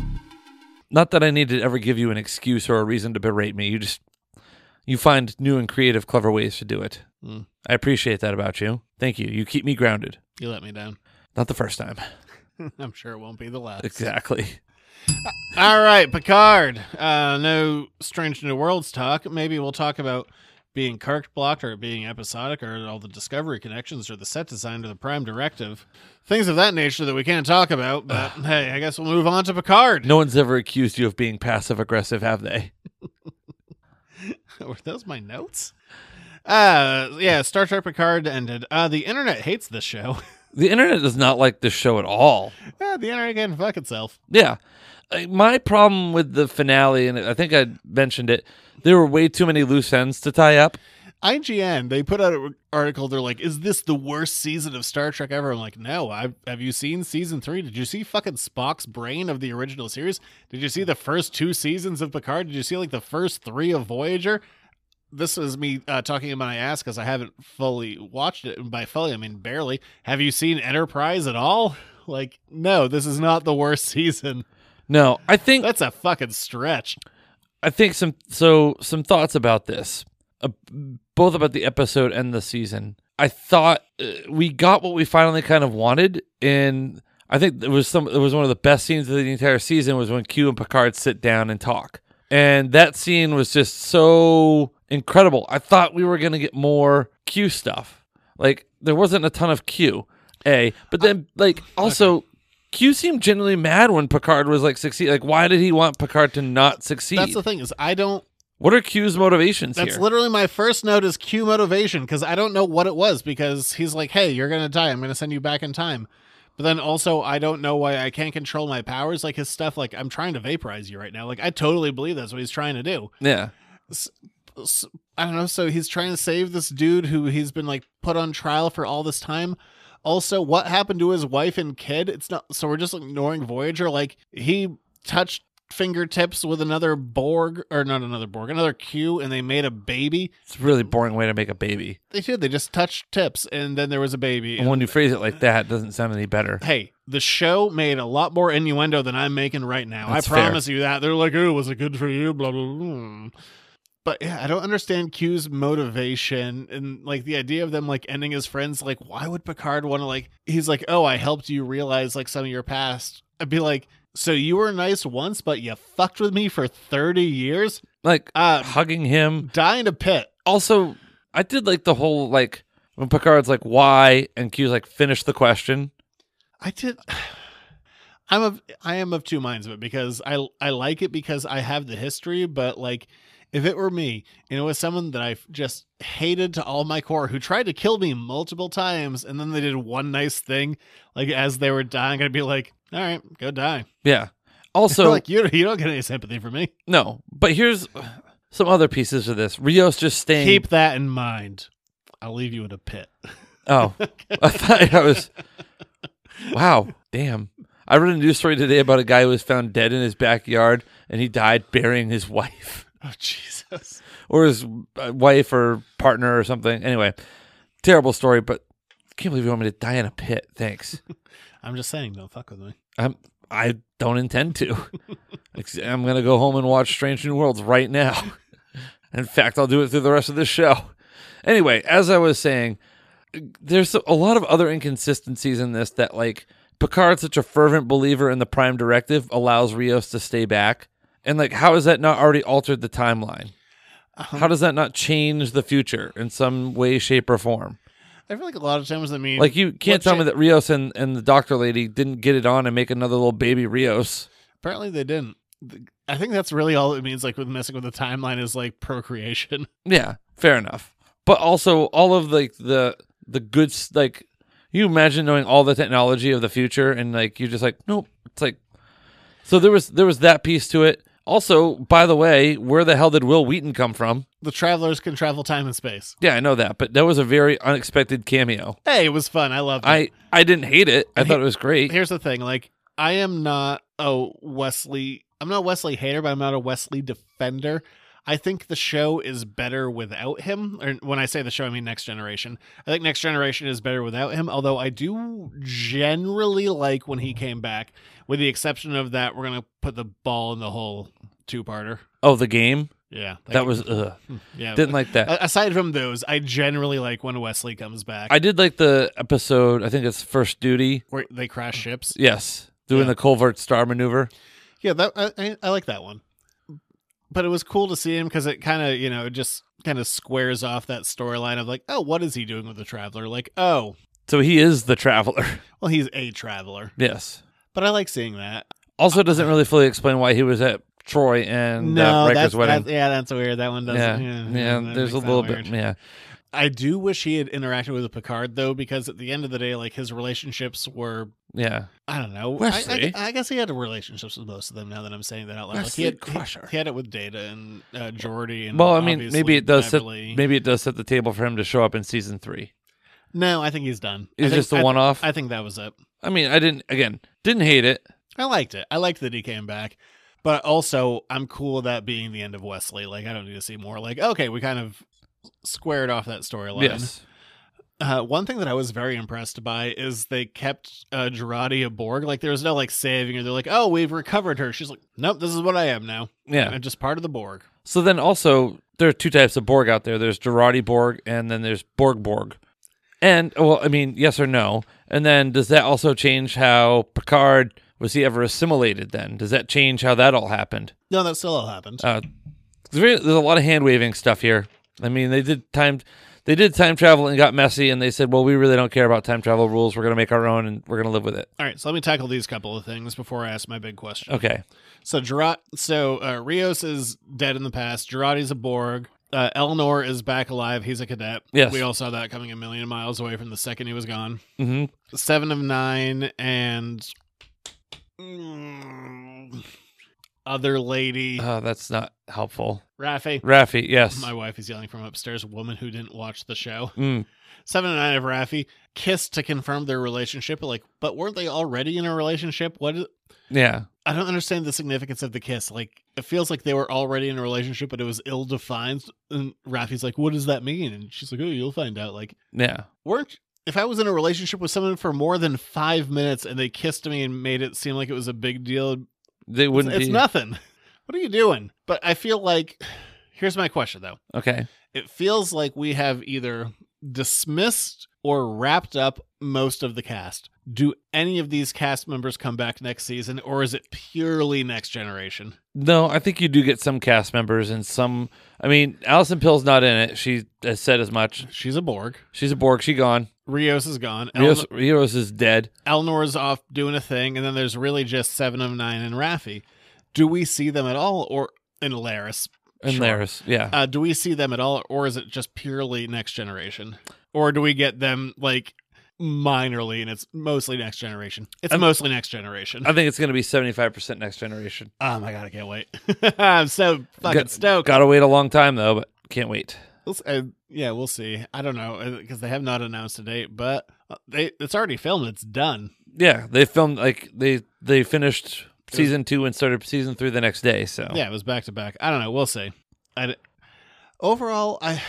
E: Not that I need to ever give you an excuse or a reason to berate me. You just you find new and creative, clever ways to do it. I appreciate that about you. Thank you. You keep me grounded.
D: You let me down.
E: Not the first time.
D: I'm sure it won't be the last.
E: Exactly.
D: All right, Picard. Uh, no Strange New Worlds talk. Maybe we'll talk about being Kirk blocked or being episodic or all the Discovery connections or the set design or the Prime Directive. Things of that nature that we can't talk about, but hey, I guess we'll move on to Picard.
E: No one's ever accused you of being passive aggressive, have they?
D: Were those my notes? Uh, yeah, Star Trek Picard ended. Uh, the internet hates this show.
E: The internet does not like this show at all.
D: Ah, the internet can fuck itself.
E: Yeah. Uh, My problem with the finale, and I think I mentioned it, there were way too many loose ends to tie up.
D: IGN, they put out an article. They're like, "Is this the worst season of Star Trek ever?" I'm like, "No. I have you seen season three? Did you see fucking Spock's brain of the original series? Did you see the first two seasons of Picard? Did you see like the first three of Voyager?" This is me uh, talking in my ass because I haven't fully watched it. And by fully, I mean barely. Have you seen Enterprise at all? Like, no, this is not the worst season.
E: No, I think
D: That's a fucking stretch.
E: I think some so some thoughts about this, uh, both about the episode and the season. I thought uh, we got what we finally kind of wanted, and I think it was some it was one of the best scenes of the entire season was when Q and Picard sit down and talk, and that scene was just so incredible. I thought we were gonna get more Q stuff, like there wasn't a ton of Q, a, but then like also. Q seemed genuinely mad when Picard was like succeed. Like, why did he want Picard to not succeed?
D: That's the thing is, I don't
E: What are Q's motivations
D: That's
E: here?
D: literally my first note is Q motivation because I don't know what it was because he's like, "Hey, you're gonna die. I'm gonna send you back in time." But then also, I don't know why I can't control my powers. Like his stuff, like I'm trying to vaporize you right now. Like I totally believe that's what he's trying to do.
E: yeah,
D: S- I don't know. So he's trying to save this dude who he's been like put on trial for all this time. Also, what happened to his wife and kid? It's not. So we're just ignoring Voyager. Like he touched fingertips with another Borg or not another Borg, another Q, and they made a baby.
E: it's a really boring way to make a baby.
D: They did. They just touched tips, and then there was a baby.
E: And
D: And
E: when you phrase it like that, it doesn't sound any better.
D: hey, the show made a lot more innuendo than I'm making right now.
E: That's
D: I
E: fair.
D: promise you that. They're like, "Oh, was it good for you?" Blah blah blah. But yeah, I don't understand Q's motivation and like the idea of them like ending his friends. Like, why would Picard want to like? He's like, "Oh, I helped you realize like some of your past." I'd be like, "So you were nice once, but you fucked with me for thirty years."
E: Like
D: Uh,
E: hugging him.
D: Dying to pit.
E: Also, I did like the whole like when Picard's like why and Q's like finish the question.
D: I did. I'm of I am of two minds of it because I I like it because I have the history, but like if it were me and it was someone that I just hated to all my core who tried to kill me multiple times and then they did one nice thing, like as they were dying, I'd be like, all right, go die.
E: Yeah.
D: So
E: Also,
D: like you you don't get any sympathy for me.
E: no. But here's some other pieces of this. Rios just staying.
D: Keep that in mind. I'll leave you in a pit.
E: Oh, I thought I was. Wow, damn! I read a news story today about a guy who was found dead in his backyard, and he died burying his wife
D: Oh Jesus.
E: or his uh, wife or partner or something. Anyway, terrible story, but I can't believe you want me to die in a pit. Thanks.
D: I'm just saying, don't fuck with me.
E: I'm, I don't intend to. Ex- I'm gonna go home and watch Strange New Worlds right now. In fact, I'll do it through the rest of this show. Anyway, as I was saying, there's a lot of other inconsistencies in this that like Picard, such a fervent believer in the Prime Directive, allows Rios to stay back. And like, how has that not already altered the timeline? how does that not change the future in some way, shape, or form?
D: I feel like a lot of times, I mean,
E: Like, you can't
D: what
E: tell
D: cha-
E: me that Rios and, and the doctor lady didn't get it on and make another little baby Rios.
D: Apparently, they didn't. Th- I think that's really all it means. Like with messing with the timeline is like procreation.
E: Yeah, fair enough. But also, all of like the the good s- like you imagine knowing all the technology of the future, and like you're just like, nope. It's like so there was there was that piece to it. Also, by the way, where the hell did Will Wheaton come from?
D: The travelers can travel time and space.
E: Yeah, I know that, but that was a very unexpected cameo.
D: Hey, it was fun. I loved it.
E: I I didn't hate it. I
D: And
E: thought
D: he-
E: it was great.
D: Here's the thing. Like, I am not a Wesley. I'm not a Wesley hater, but I'm not a Wesley defender. I think the show is better without him. Or when I say the show, I mean Next Generation. I think Next Generation is better without him. Although I do generally like when he came back. With the exception of that, we're gonna put the ball in the hole two-parter.
E: Oh, the game
D: Yeah, hmm,
E: that was Uh, ugh.
D: yeah.
E: didn't like that.
D: A- Aside from those, I generally like when Wesley comes back.
E: I did like the episode. I think it's first duty.
D: where they crash
E: Mm,
D: ships.
E: Yes, doing
D: Yeah.
E: the Colvert star maneuver.
D: Yeah, that I- I, I like that one. But it was cool to see him because it kind of, you know, it just kind of squares off that storyline of like, oh, what is he doing with the traveler? Like, oh,
E: So he is the traveler.
D: well, he's a traveler.
E: yes.
D: But I like seeing that.
E: Also, doesn't really fully explain why he was at Troy and
D: no,
E: uh, Riker's
D: that's,
E: wedding.
D: that's- yeah, that's weird. That one doesn't.
E: yeah,
D: yeah,
E: yeah.
D: that
E: there's a
D: makes that
E: little
D: weird.
E: bit. Yeah,
D: I do wish he had interacted with Picard though, because at the end of the day, like his relationships were
E: yeah.
D: I don't know. I-
E: Wesley.
D: I, I guess he had relationships with most of them. Now that I'm saying that out loud, like
E: Wesley
D: he had he-
E: Crusher.
D: He, had it with Data and uh, Geordi. And
E: Well, I mean,
D: obviously
E: maybe it does. Set,
D: Beverly.
E: maybe it does set the table for him to show up in season three.
D: no, I think he's done. I
E: It's
D: think-
E: just a
D: I-
E: one-off?
D: I think that was it.
E: I mean, I didn't. Again, didn't hate it.
D: I liked it. I liked that he came back, but also I'm cool with that being the end of Wesley. Like I don't need to see more. Like okay, we kind of squared off that storyline.
E: Yes.
D: Uh, one thing that I was very impressed by is they kept uh, Gerardi a Borg. Like there was no like saving her. They're like, oh, we've recovered her. She's like, nope, this is what I am now.
E: Yeah.
D: I'm just part of the Borg.
E: So then also there are two types of Borg out there. There's Gerardi Borg and then there's Borg Borg. And oh, well, I mean, yes or no. And then does that also change how Picard was he ever assimilated then? Does that change how that all happened?
D: No, that still all happened.
E: Uh, there's, very, there's a lot of hand waving stuff here. I mean, they did time they did time travel and got messy and they said, "Well, we really don't care about time travel rules. We're going to make our own and we're going to live with it."
D: All right, so let me tackle these couple of things before I ask my big question.
E: Okay.
D: So Gerard, so uh, Rios is dead in the past. Gerardi's a Borg. Uh, Elnor is back alive. He's a cadet.
E: Yes.
D: we all saw that coming a million miles away from the second he was gone.
E: Mhm.
D: Seven of nine and Mm, other lady
E: Oh, that's not helpful.
D: Rafi.
E: Raffi, yes.
D: My wife is yelling from upstairs. Woman who didn't watch the show.
E: Mm.
D: Seven of nine of Rafi kissed to confirm their relationship. Like, but weren't they already in a relationship? What? Is,
E: Yeah.
D: I don't understand the significance of the kiss. Like it feels like they were already in a relationship, but it was ill defined. And Rafi's like, "What does that mean?" And she's like, "Oh, you'll find out." Like,
E: Yeah.
D: weren't if I was in a relationship with someone for more than five minutes and they kissed me and made it seem like it was a big deal, it's-
E: They wouldn't
D: it's
E: be
D: nothing. What are you doing? But I feel like here's my question though.
E: Okay.
D: It feels like we have either dismissed or wrapped up most of the cast. Do any of these cast members come back next season, or is it purely next generation?
E: No, I think you do get some cast members and some. I mean, Allison Pill's not in it. She has said as much.
D: She's a Borg.
E: She's a Borg. She gone.
D: Rios is gone. El-
E: Rios, Rios is dead.
D: Elnor's off doing a thing, and then there's really just Seven of Nine and Raffi. Do we see them at all, or in Laris?
E: And
D: Sure.
E: Laris. Yeah.
D: Uh, do we see them at all, or is it just purely next generation? Or do we get them like minorly, and it's mostly next generation? It's mostly next generation.
E: I think it's going to be 75% next generation.
D: oh my god, I can't wait! I'm so fucking
E: Got-
D: stoked.
E: Gotta wait a long time, though, but can't wait.
D: We'll s- uh, yeah, we'll see. I don't know because they have not announced a date, but uh, they it's already filmed. It's done.
E: Yeah. They filmed, like, they they finished season two and started season three the next day. So,
D: Yeah, it was back to back. I don't know. We'll see. I d- overall, I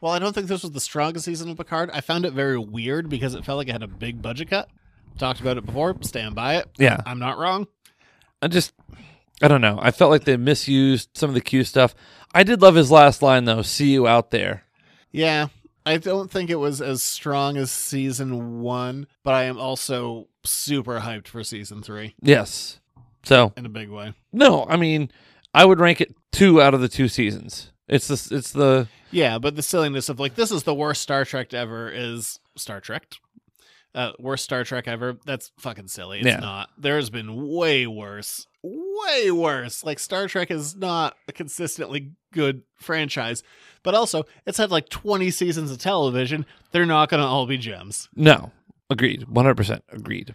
D: well, I don't think this was the strongest season of Picard. I found it very weird because it felt like it had a big budget cut. Talked about it before. Stand by it.
E: Yeah.
D: I'm not wrong.
E: I just, I don't know. I felt like they misused some of the Q stuff. I did love his last line, though. See you out there.
D: Yeah, I don't think it was as strong as season one, but I am also super hyped for season three.
E: Yes. So
D: in a big way.
E: No, I mean, I would rank it two out of the two seasons. It's the it's the
D: yeah, but the silliness of like this is the worst Star Trek ever is Star Trek. Uh, worst Star Trek ever. That's fucking silly. It's
E: Yeah.
D: not. There's been way worse, way worse. Like Star Trek is not a consistently good franchise, but also it's had like 20 seasons of television. They're not going to all be gems.
E: no. Agreed. One hundred percent agreed.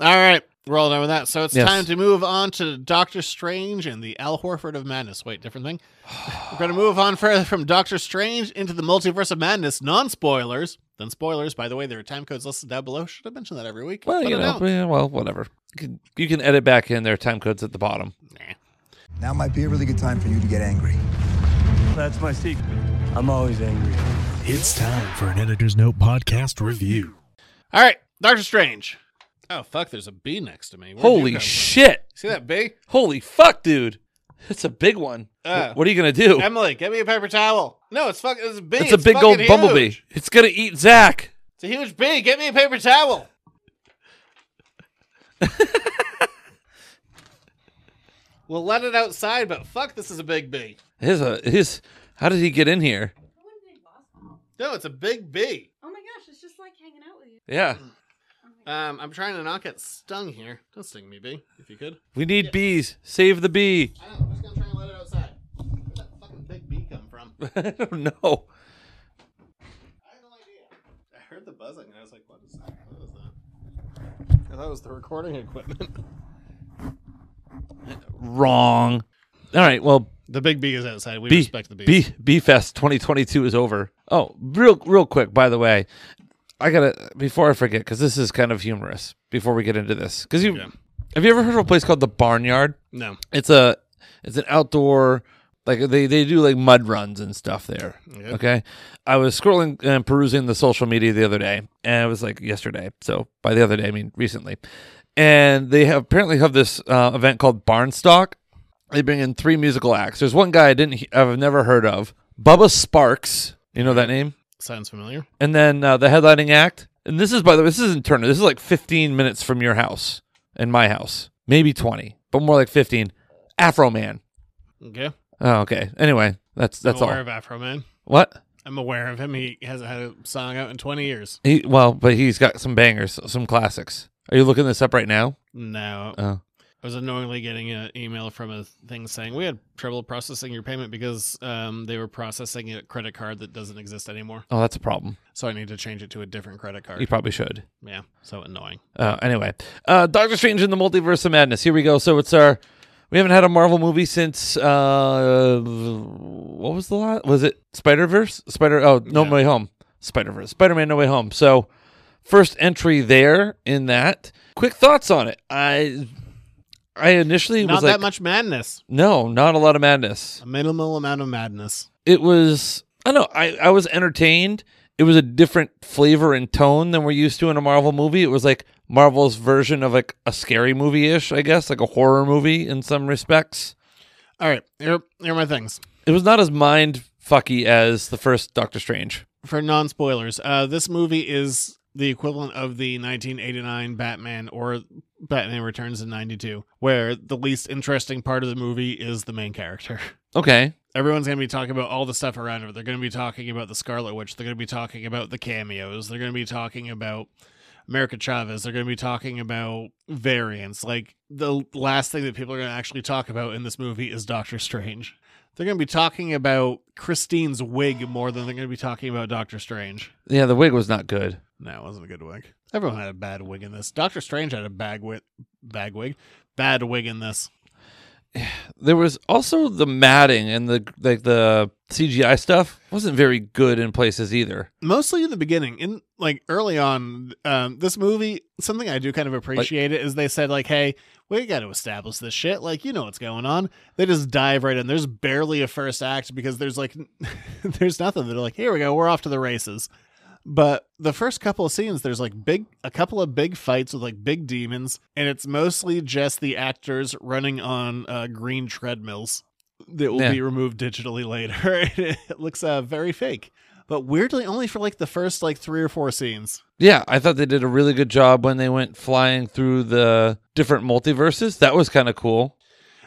D: All right, we're all done with that. So it's
E: Yes.
D: time to move on to Doctor Strange and the Al Horford of Madness. Wait, different thing. We're going to move on further from Doctor Strange into the Multiverse of Madness, non spoilers. Then spoilers. By the way, there are time codes listed down below. Should I mention that every week?
E: Well,
D: But
E: you
D: I
E: know,
D: don't.
E: yeah, well, whatever. You can, you can edit back in. There are time codes at the bottom.
M: Now might be a really good time for you to get angry.
N: That's my secret. I'm always angry.
G: It's time for an Editor's Note podcast review.
D: All right, Doctor Strange. Oh fuck, there's a bee next to me. Where'd you
E: Holy
D: come from?
E: shit!
D: See that bee?
E: Holy fuck, dude! That's a big one.
D: Uh,
E: Wh- what are you gonna do?
D: Emily, get me a paper towel. No, it's fucking. It's a bee.
E: it's a big
D: fucking
E: old
D: huge.
E: bumblebee. It's gonna eat Zach.
D: It's a huge bee. Get me a paper towel. we'll let it outside, but fuck, this is a big bee.
E: His a his. How did he get in here?
D: No, it's a big bee.
O: Oh my gosh, it's just like hanging out with you.
E: Yeah,
D: Um, I'm trying to not get stung here. Don't sting me, bee, if you could.
E: we need bees. Save the bee.
D: I don't know. I'm just gonna try and let it outside. Where'd that fucking big bee come from?
E: I don't know.
D: I heard the buzzing and I was like, what is that? What is that? I thought it was the recording equipment.
E: Wrong. All right. Well,
D: The big bee is outside. We
E: Bee-
D: respect the bees.
E: Bee, Bee Fest 2022 is over. Oh, real real quick, by the way, I gotta before I forget because this is kind of humorous. Before we get into this, because you have you ever heard of a place called the Barnyard?
D: No.
E: it's a it's an outdoor like they they do like mud runs and stuff there.
D: Okay.
E: Okay, I was scrolling and perusing the social media the other day, and it was like yesterday. So by the other day, I mean recently. And they have, apparently have this uh, event called Barnstock. They bring in three musical acts. There's one guy I didn't, he- I've never heard of, Bubba Sparks. You know that name?
D: Sounds familiar.
E: And then uh, the headlining act. And this is, by the way, this isn't Turner. This is like 15 minutes from your house and my house, maybe 20, but more like 15. Afro Man.
D: Okay.
E: Oh, okay. Anyway, that's that's
D: I'm aware
E: all.
D: of Afro Man.
E: What?
D: I'm aware of him. He hasn't had a song out in 20 years.
E: He well, but he's got some bangers, some classics. Are you looking this up right now?
D: No.
E: Oh.
D: I was annoyingly getting an email from a thing saying we had trouble processing your payment because um, they were processing a credit card that doesn't exist anymore.
E: Oh, that's a problem.
D: So I need to change it to a different credit card.
E: You probably should.
D: Yeah. So annoying.
E: Uh, anyway, uh, Doctor Strange in the Multiverse of Madness. Here we go. So it's our. We haven't had a Marvel movie since uh, what was the last? Was it Spider Verse? Spider? Oh, No Way Home. Spider Verse. Spider Man No Way Home. So first entry there in that. Quick thoughts on it. I I initially
D: Not
E: was
D: that
E: like,
D: much madness.
E: No, not a lot of madness.
D: A minimal amount of madness.
E: it was I don't know I I was entertained. It was a different flavor and tone than we're used to in a Marvel movie. It was like Marvel's version of like a scary movie ish, I guess, like a horror movie in some respects.
D: All right. Here, here are my things.
E: It was not as mind fucky as the first Doctor Strange.
D: for non spoilers, uh, this movie is the equivalent of the 1989 Batman or Batman Returns in 92, where the least interesting part of the movie is the main character.
E: Okay.
D: Everyone's going to be talking about all the stuff around her. They're going to be talking about the Scarlet Witch. They're going to be talking about the cameos. They're going to be talking about America Chavez. They're going to be talking about variants. Like, the last thing that people are going to actually talk about in this movie is Doctor Strange. They're going to be talking about Christine's wig more than they're going to be talking about Doctor Strange.
E: Yeah, the wig was not good.
D: No, it wasn't a good wig. Everyone had a bad wig in this. Doctor Strange had a bag wig, bag wig, bad wig in this.
E: There was also the matting and the like the CGI stuff wasn't very good in places either.
D: Mostly in the beginning, in like early on, um, this movie. Something I do kind of appreciate it is they said like, "Hey, we got to establish this shit. Like, you know what's going on." They just dive right in. There's barely a first act because there's like, there's nothing. They're like, "Here we go, we're off to the races." But the first couple of scenes, there's like big, a couple of big fights with like big demons, and it's mostly just the actors running on uh, green treadmills that will
E: Yeah.
D: be removed digitally later. it looks uh, very fake. but weirdly only for like the first like three or four scenes.
E: Yeah, I thought they did a really good job when they went flying through the different multiverses. That was kind of cool.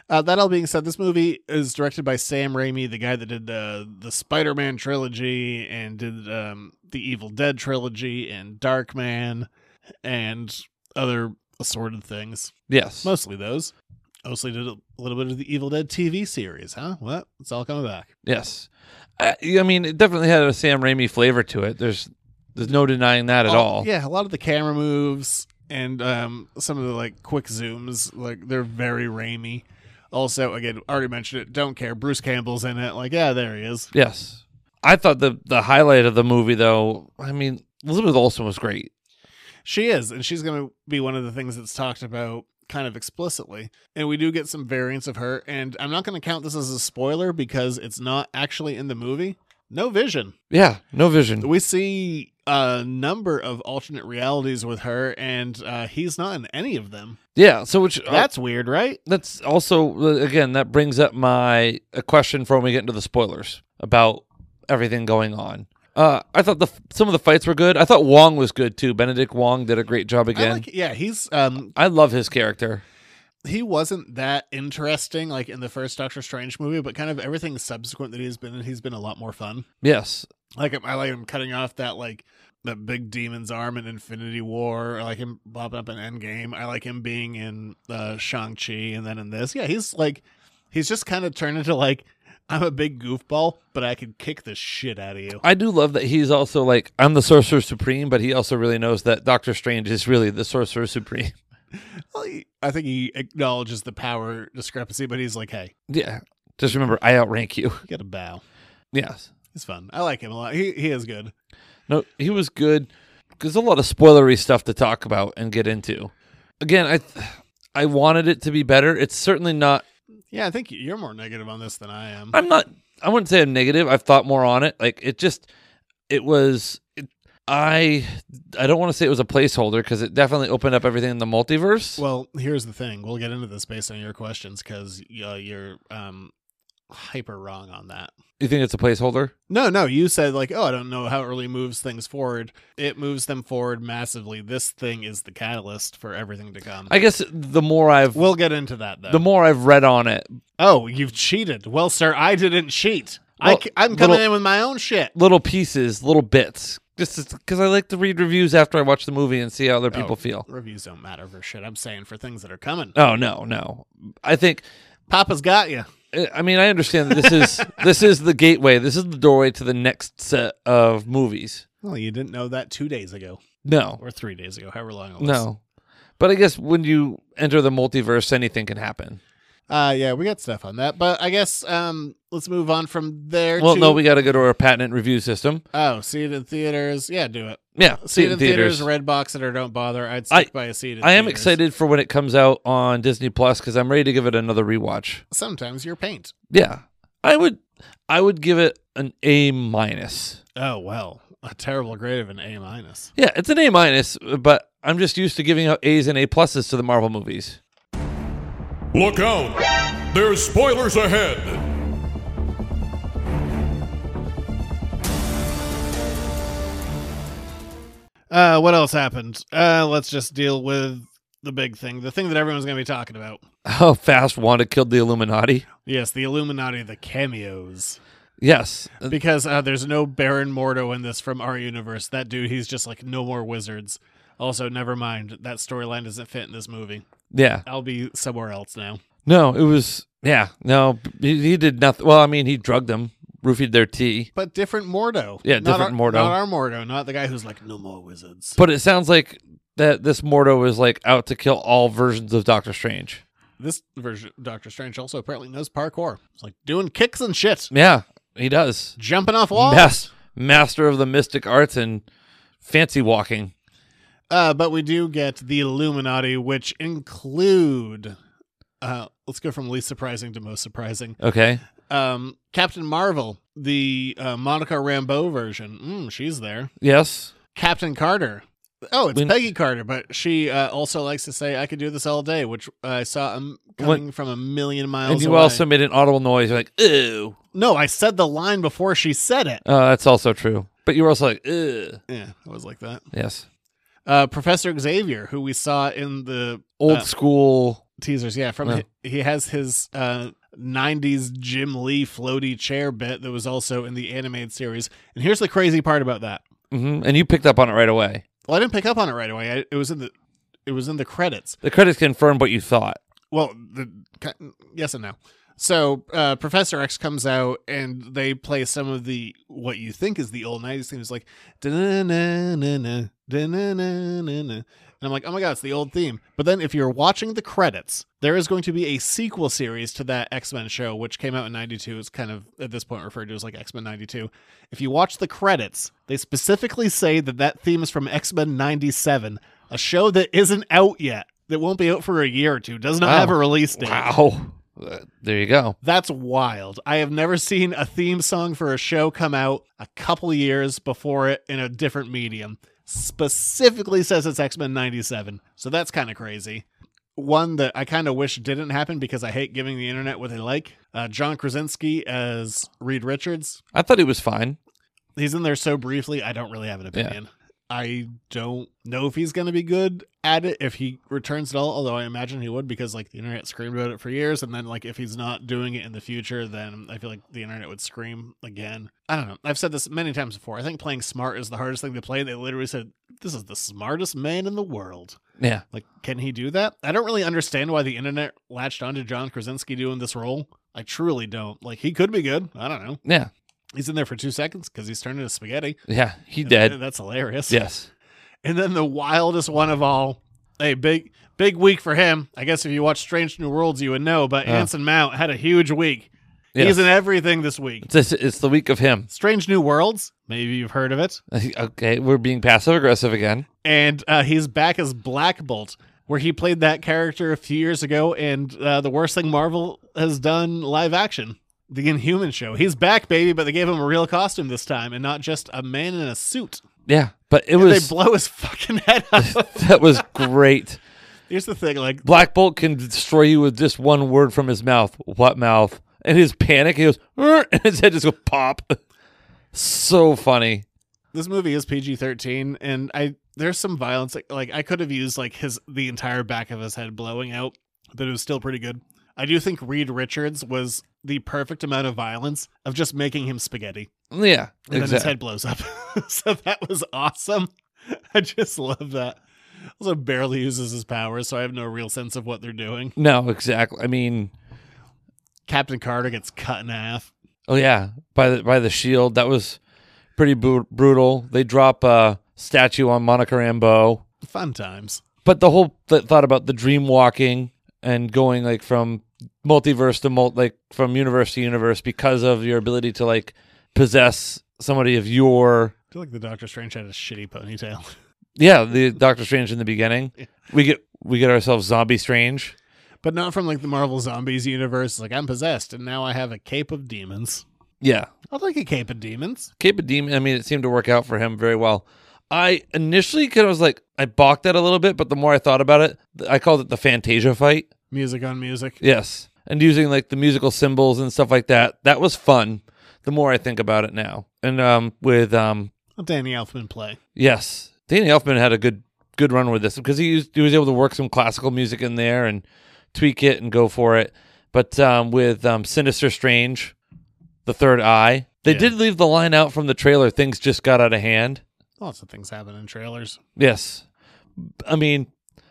D: Uh, that all being said, this movie is directed by Sam Raimi, the guy that did uh, the Spider Man trilogy and did um, the Evil Dead trilogy and Dark Man and other assorted things.
E: Yes.
D: Mostly those. Mostly did a little bit of the Evil Dead TV series, huh? Well, it's all coming back.
E: Yes. I, I mean, it definitely had a Sam Raimi flavor to it. There's there's no denying that at
D: Oh,
E: all.
D: Yeah, a lot of the camera moves and um, some of the like quick zooms, like they're very Raimi. Also, again, already mentioned it. Don't care. Bruce Campbell's in it. Like, yeah, there he is.
E: Yes. I thought the the highlight of the movie though, I mean, Elizabeth Olsen was great.
D: She is, and she's going to be one of the things that's talked about kind of explicitly. And we do get some variants of her. And I'm not going to count this as a spoiler because it's not actually in the movie. No vision.
E: Yeah, no vision.
D: We see a number of alternate realities with her, and uh, he's not in any of them.
E: Yeah, so which uh,
D: That's weird, right?
E: That's also uh, again that brings up my a question for when we get into the spoilers about everything going on. Uh, I thought the some of the fights were good. I thought Wong was good too. Benedict Wong did a great job
D: I
E: again.
D: like, yeah, he's um
E: I love his character.
D: he wasn't that interesting like in the first Doctor Strange movie, but kind of everything subsequent that he's been in, he's been a lot more fun.
E: Yes,
D: Like I like him cutting off that like that big demon's arm in Infinity War. I like him popping up in Endgame. I like him being in uh, Shang Chi and then in this. Yeah, he's like he's just kind of turned into like I'm a big goofball, but I can kick the shit out of you.
E: I do love that he's also like I'm the Sorcerer Supreme, but he also really knows that Doctor Strange is really the Sorcerer Supreme.
D: Well, he- I think he acknowledges the power discrepancy, but he's like, hey,
E: Yeah, just remember I outrank you.
D: you got to bow.
E: Yes,
D: He's fun. I like him a lot. He he is good.
E: No, he was good. There's a lot of spoilery stuff to talk about and get into. Again, I I wanted it to be better. It's certainly not.
D: Yeah, I think you're more negative on this than I am.
E: I'm not. I wouldn't say I'm negative. I've thought more on it. Like it just, it was. It, I I don't want to say it was a placeholder because it definitely opened up everything in the multiverse.
D: Well, here's the thing. We'll get into this based on your questions because uh, you're um, hyper wrong on that.
E: You think it's a placeholder?
D: No, no. You said like, oh, I don't know how it really moves things forward. It moves them forward massively. This thing is the catalyst for everything to come.
E: I guess the more I've
D: we'll get into that though.
E: the more I've read on it,
D: oh, you've cheated. Well, sir, I didn't cheat. I
E: Well,
D: c- I'm coming
E: little-
D: in with my own shit.
E: little pieces, little bits. Just because I like to read reviews after I watch the movie and see how other people
D: Oh,
E: feel.
D: Reviews don't matter for shit. I'm saying for things that are coming.
E: Oh no, no. I think
D: Papa's got you.
E: I I mean, I understand that this is this is the gateway. This is the doorway to the next set of movies.
D: Well, you didn't know that two days ago
E: No,
D: or three days ago, however long it was.
E: no. But I guess when you enter the multiverse, anything can happen.
D: Uh yeah, we got stuff on that. But I guess um let's move on from there
E: Well,
D: to
E: no, we got to go to our patent review system.
D: Oh, see it in theaters. Yeah, do it.
E: Yeah, see it in theaters.
D: red box it or don't bother. I'd
E: I-
D: stick by a seat in
E: I am
D: theaters.
E: excited for when it comes out on Disney Plus because I'm ready to give it another rewatch.
D: Sometimes you're paint.
E: Yeah, I would, I would give it an A minus.
D: Oh well. A terrible grade of an A minus.
E: Yeah, it's an A minus, but I'm just used to giving out A's and A pluses to the Marvel movies.
P: Look out! There's spoilers ahead!
D: Uh what else happened? Uh let's just deal with the big thing, the thing that everyone's gonna be talking about.
E: How fast Wanda killed the Illuminati.
D: Yes, the Illuminati, the cameos.
E: Yes.
D: Because uh, there's no Baron Mordo in this from our universe. That dude, he's just like no more wizards. Also, never mind. That storyline doesn't fit in this movie.
E: Yeah.
D: I'll be somewhere else now.
E: No, it was. Yeah. No, he, he did nothing. Well, I mean, he drugged them, roofied their tea.
D: But different Mordo.
E: Yeah,
D: Not
E: different
D: our-
E: Mordo.
D: Not our Mordo. Not the guy who's like no more wizards.
E: But it sounds like that this Mordo is like out to kill all versions of Doctor Strange.
D: This version, Doctor Strange, also apparently knows parkour. It's like doing kicks and shit,
E: Yeah, he does.
D: jumping off walls.
E: Mas- master of the mystic arts and fancy walking.
D: Uh, but we do get the Illuminati, which include. Uh, let's go from least surprising to most surprising.
E: Okay.
D: um, Captain Marvel, the uh, Monica Rambeau version. Mm, she's there.
E: Yes.
D: Captain Carter. Oh, it's
E: When-
D: Peggy Carter, but she uh, also likes to say, "I could do this all day," which I saw um, coming from a million miles.
E: And you
D: away.
E: also made an audible noise like, ooh.
D: no, I said the line before she said it.
E: Uh, that's also true. But you were also like, ugh.
D: Yeah, I was like that.
E: Yes.
D: Uh, Professor Xavier, who we saw in the
E: Old Uh-huh.
D: uh,
E: school
D: teasers, yeah, from
E: Yeah.
D: hi- he has his uh, '90s Jim Lee floaty chair bit that was also in the animated series. And here's the crazy part about that.
E: hmm And you picked up on it right away.
D: Well, I didn't pick up on it right away. I, it was in the it was in the credits.
E: The credits confirmed what you thought.
D: Well, the ki- yes and no. So uh, Professor X comes out and they play some of the what you think is the old '90s theme. It's like "Da-na-na-na-na, da-na-na-na-na." and I'm like, oh my god, it's the old theme. But then if you're watching the credits, there is going to be a sequel series to that X Men show, which came out in '92. It's kind of at this point referred to as like X Men '92. If you watch the credits, they specifically say that that theme is from X Men '97, a show that isn't out yet. That won't be out for a year or two. Does not
E: Wow.
D: have a release date.
E: Wow. Uh, There you go.
D: That's wild. I have never seen a theme song for a show come out a couple years before it in a different medium. Specifically says it's X Men 97. So that's kind of crazy. One that I kind of wish didn't happen because I hate giving the internet what they like. Uh, John Krasinski as Reed Richards.
E: I thought he was fine.
D: He's in there so briefly, I don't really have an
E: Yeah.
D: opinion. I don't know if he's going to be good at it if he returns at all, although I imagine he would because like the internet screamed about it for years and then like if he's not doing it in the future, then I feel like the internet would scream again. I don't know. I've said this many times before. I think playing smart is the hardest thing to play. They literally said, "This is the smartest man in the world."
E: Yeah.
D: Like can he do that? I don't really understand why the internet latched onto John Krasinski doing this role. I truly don't. Like he could be good. I don't know.
E: Yeah.
D: He's in there for two seconds because he's turned into spaghetti.
E: Yeah. He
D: And
E: dead.
D: th- That's hilarious.
E: Yes.
D: And then the wildest one of all. Hey, big big week for him. I guess if you watch Strange New Worlds, you would know. But
E: Yeah.
D: Anson Mount had a huge week.
E: Yes.
D: He's in everything this week.
E: It's, this- it's the week of him.
D: Strange New Worlds. Maybe you've heard of it.
E: Okay. We're being passive aggressive again.
D: And uh, he's back as Black Bolt, where he played that character a few years ago. And uh, the worst thing Marvel has done live action, the Inhuman show. He's back, baby. But they gave him a real costume this time, and not just a man in a suit.
E: Yeah. But it
D: And
E: was,
D: they blow his fucking head off.
E: that was great.
D: Here's the thing, like
E: Black Bolt can destroy you with just one word from his mouth. What mouth? And his panic, he goes, "Er," and his head just go pop. So funny.
D: this movie is PG thirteen, and I there's some violence. Like, like, I could have used like his the entire back of his head blowing out, but it was still pretty good. I do think Reed Richards was the perfect amount of violence of just making him spaghetti,
E: Yeah.
D: and then his
E: exact-
D: head blows up. so that was awesome. I just love that. Also, barely uses his powers, so I have no real sense of what they're doing.
E: No, exactly. I mean,
D: Captain Carter gets cut in half.
E: Oh yeah, by the by the shield that was pretty bru- brutal. They drop a statue on Monica Rambeau,
D: Fun times.
E: but the whole th- thought about the dream walking and going like from multiverse to mul- like from universe to universe because of your ability to like possess somebody of your
D: I feel like the Doctor Strange had a shitty ponytail.
E: yeah the Doctor Strange in the beginning. We get we get ourselves Zombie Strange.
D: but not from like the Marvel Zombies universe. Like I'm possessed, and now I have a cape of demons.
E: Yeah,
D: I'd like a cape of demons.
E: Cape of Demon. I mean, it seemed to work out for him very well. I initially kind of was like, I balked at it a little bit, but the more I thought about it, th- I called it the Fantasia fight.
D: Music on music.
E: Yes. And using like the musical symbols and stuff like that. That was fun. The more I think about it now. And um with um
D: Let Danny Elfman play.
E: yes, Danny Elfman had a good good run with this because he used, he was able to work some classical music in there and tweak it and go for it. But um with um Sinister Strange, The Third Eye, they
D: Yeah.
E: did leave the line out from the trailer things just got out of hand.
D: Lots of things happen in trailers.
E: Yes, I mean,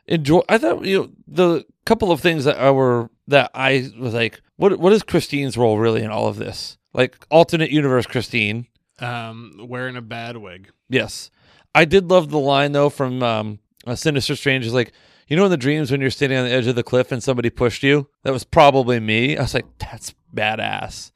E: enjoy. I thought you know, the couple of things that I were that I was like, what what is Christine's role really in all of this? Like alternate universe Christine.
D: Um, wearing a bad wig.
E: Yes, I did love the line though from um, a Sinister Strange is like, you know, in the dreams when you're standing on the edge of the cliff and somebody pushed you, that was probably me. I was like, that's badass.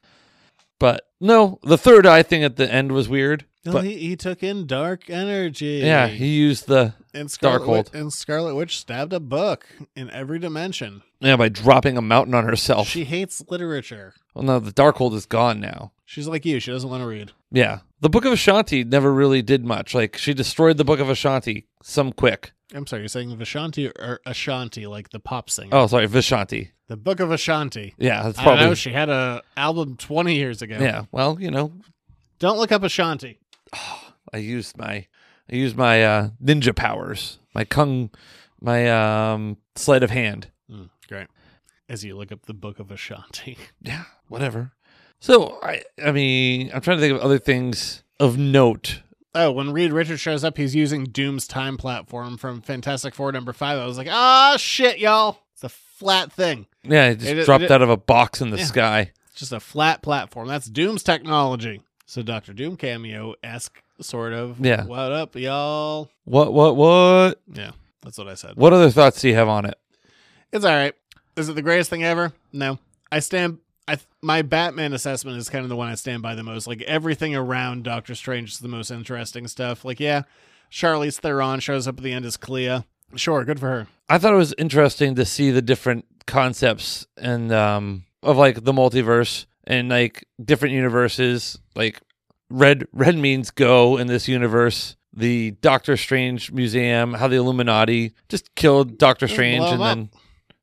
E: But no, the third eye thing at the end was weird.
D: Well,
E: But
D: he, he took in dark energy.
E: yeah, he used the
D: and Scarlet
E: Darkhold.
D: Wi- and Scarlet Witch stabbed a book in every dimension.
E: Yeah, by dropping a mountain on herself.
D: She hates literature.
E: Well, no, the Darkhold is gone now.
D: She's like you. She doesn't want to read.
E: Yeah. The Book of Ashanti never really did much. Like, she destroyed the Book of Ashanti some quick.
D: I'm sorry. You're saying Vishanti or Ashanti, like the pop singer.
E: Oh, sorry, Vishanti.
D: The Book of Ashanti.
E: Yeah, that's
D: I don't know.
E: probably-
D: She had a album 20 years ago.
E: Yeah. Well, you know,
D: Don't look up Ashanti.
E: I used my I used my uh, ninja powers, my kung, my um, sleight of hand.
D: Mm, great. As you look up the Book of Ashanti.
E: Yeah, whatever. So I, I mean, I'm trying to think of other things of note.
D: Oh, when Reed Richards shows up, he's using Doom's time platform from Fantastic Four number five. I was like, ah, oh, shit, y'all. It's a flat thing.
E: Yeah, it just it, dropped it, out of a box in the yeah, sky.
D: It's just a flat platform. That's Doom's technology. So Doctor Doom cameo esque sort of.
E: Yeah.
D: What up, y'all?
E: What what what?
D: Yeah, that's what I said.
E: What other thoughts do you have on it?
D: It's all right. Is it the greatest thing ever? No. I stand. I my Batman assessment is kind of the one I stand by the most. Like everything around Doctor Strange is the most interesting stuff. Like yeah, Charlize Theron shows up at the end as Clea. Sure, good for her.
E: I thought it was interesting to see the different concepts and um of like the multiverse and like different universes. Like red red means go in this universe. The Doctor Strange museum, how the Illuminati just killed Doctor Strange and then up.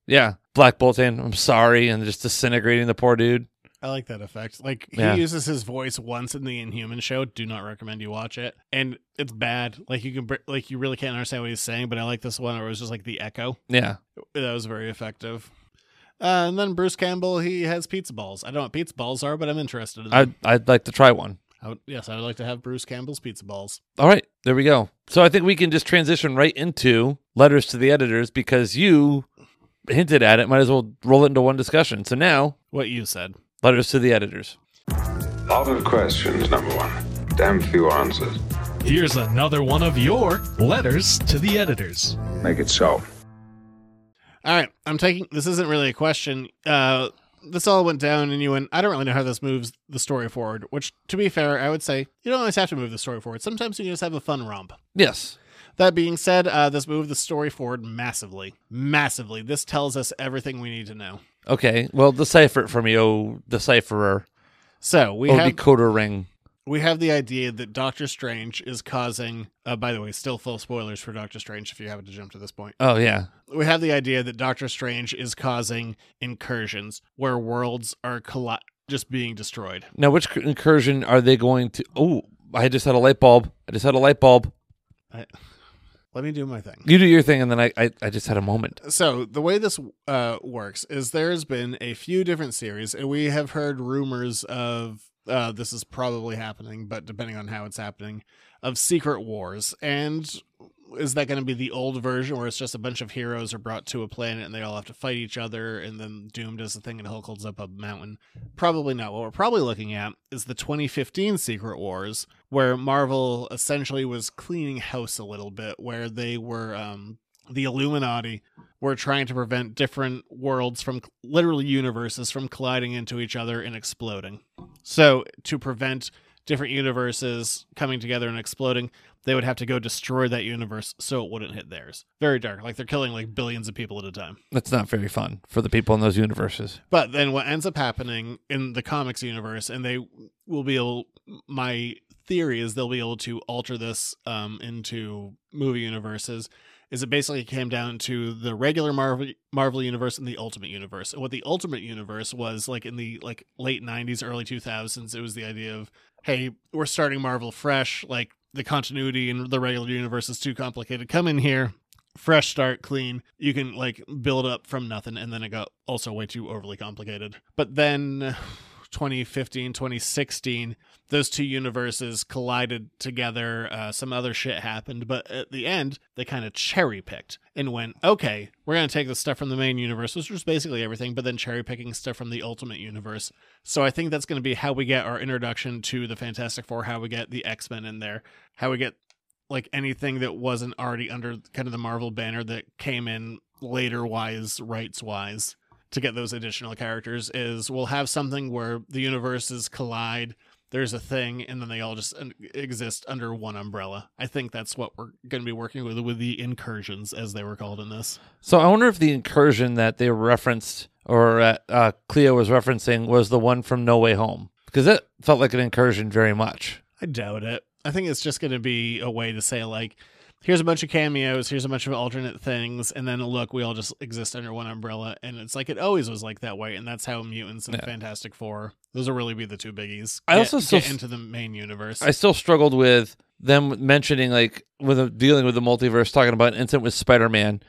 E: yeah, Black Bolt in, I'm sorry, and just disintegrating the poor dude.
D: I like that effect. Like he yeah. uses his voice once in the Inhuman show. Do not recommend you watch it, and it's bad. Like you can, like you really can't understand what he's saying. But I like this one where it was just like the echo.
E: Yeah,
D: that was very effective. Uh, and then Bruce Campbell, he has pizza balls. I don't know what pizza balls are, but I'm interested in them.
E: I'd, I'd like to try one.
D: I would, yes, I would like to have Bruce Campbell's pizza balls.
E: All right, there we go. So I think we can just transition right into letters to the editors because you hinted at it. Might as well roll it into one discussion. So now,
D: what you said.
E: Letters to the editors.
Q: Lot of questions, number one. Damn few answers.
I: Here's another one of your letters to the editors.
Q: Make it so.
D: All right, I'm taking this isn't really a question. Uh, this all went down, and you went. I don't really know how this moves the story forward. Which, to be fair, I would say you don't always have to move the story forward. Sometimes you can just have a fun romp.
E: Yes.
D: That being said, uh, this moved the story forward massively, massively. This tells us everything we need to know.
E: Okay, well, decipher it for me, oh decipherer.
D: So we
E: oh,
D: have
E: decoder ring.
D: We have the idea that Doctor Strange is causing. Uh, by the way, still full spoilers for Doctor Strange if you happen to jump to this point.
E: Oh yeah,
D: we have the idea that Doctor Strange is causing incursions where worlds are colli- just being destroyed.
E: Now, which incursion are they going to? Oh, I just had a light bulb. I just had a light bulb.
D: I... Let me do my thing.
E: You do your thing, and then I, I, I just had a moment.
D: So the way this uh, works is there's been a few different series, and we have heard rumors of uh, this is probably happening, but depending on how it's happening, of secret wars. And is that going to be the old version where it's just a bunch of heroes are brought to a planet and they all have to fight each other, and then Doom does the thing and Hulk holds up a mountain? Probably not. What we're probably looking at is the 2015 Secret Wars, where Marvel essentially was cleaning house a little bit, where they were um, the Illuminati were trying to prevent different worlds from literally universes from colliding into each other and exploding. So to prevent different universes coming together and exploding, they would have to go destroy that universe so it wouldn't hit theirs. Very dark. Like they're killing like billions of people at a time.
E: That's not very fun for the people in those universes.
D: But then what ends up happening in the comics universe, and they will be able, my theory is they'll be able to alter this um, into movie universes is it basically came down to the regular Marvel Marvel universe and the Ultimate universe. And what the Ultimate universe was like in the like late 90s early 2000s it was the idea of hey, we're starting Marvel fresh, like the continuity in the regular universe is too complicated. Come in here, fresh start, clean. You can like build up from nothing and then it got also way too overly complicated. But then 2015 2016 those two universes collided together uh, some other shit happened but at the end they kind of cherry picked and went okay we're going to take the stuff from the main universe which was basically everything but then cherry picking stuff from the ultimate universe so i think that's going to be how we get our introduction to the fantastic four how we get the x-men in there how we get like anything that wasn't already under kind of the marvel banner that came in later wise rights wise to get those additional characters is we'll have something where the universes collide there's a thing and then they all just exist under one umbrella i think that's what we're going to be working with with the incursions as they were called in this
E: so i wonder if the incursion that they referenced or uh, uh, cleo was referencing was the one from no way home because it felt like an incursion very much
D: i doubt it i think it's just going to be a way to say like here's a bunch of cameos, here's a bunch of alternate things, and then look, we all just exist under one umbrella. And it's like it always was like that way, and that's how mutants and yeah. Fantastic Four Those will really be the two biggies.
E: I also
D: get,
E: still
D: get
E: s-
D: into the main universe.
E: I still struggled with them mentioning like with the- dealing with the multiverse, talking about an incident with Spider Man.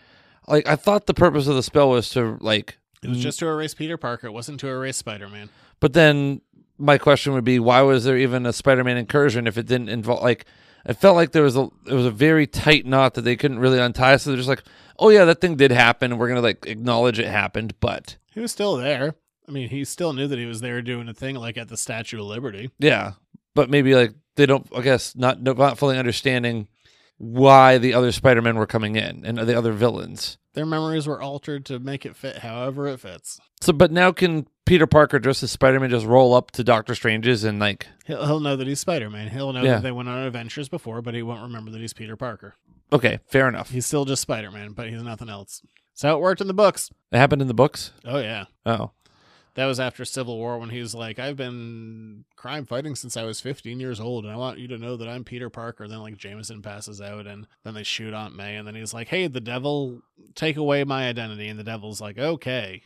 E: Like I thought the purpose of the spell was to like,
D: it was just to erase Peter Parker. It wasn't to erase Spider Man.
E: but then my question would be, why was there even a Spider Man incursion if it didn't involve like? It felt like there was a it was a very tight knot that they couldn't really untie. So they're just like, oh yeah, that thing did happen. and We're gonna like acknowledge it happened, but
D: He was still there. I mean, he still knew that he was there doing a thing like at the Statue of Liberty.
E: Yeah, but maybe like they don't. I guess not not fully understanding why the other Spider Men were coming in and the other villains.
D: Their memories were altered to make it fit however it fits.
E: So, but now can Peter Parker dressed as Spider Man just roll up to Doctor Strange's and like?
D: He'll, he'll know that he's Spider Man. He'll know
E: Yeah.
D: that they went on adventures before, but he won't remember that he's Peter Parker.
E: Okay, fair enough.
D: He's still just Spider Man, but he's nothing else. That's how it worked in the books.
E: It happened in the books.
D: Oh, yeah.
E: Oh,
D: That was after Civil War when he was like, I've been crime fighting since I was 15 years old, and I want you to know that I'm Peter Parker. Then, like, Jameson passes out, and then they shoot Aunt May, and then he's like, Hey, the devil, take away my identity. And the devil's like, Okay.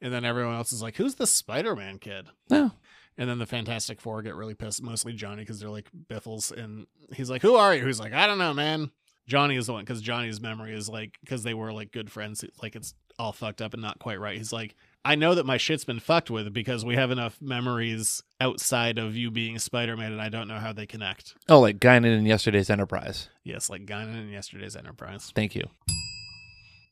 D: And then everyone else is like, Who's the Spider Man kid?
E: No.
D: And then the Fantastic Four get really pissed, mostly Johnny, because they're like biffles. And he's like, Who are you? He's like, I don't know, man. Johnny is the one, because Johnny's memory is like, because they were like good friends, like it's all fucked up and not quite right. He's like, I know that my shit's been fucked with because we have enough memories outside of you being Spider Man, and I don't know how they connect.
E: oh, like Guinan in yesterday's Enterprise.
D: Yes, like Guinan in yesterday's Enterprise.
E: Thank you.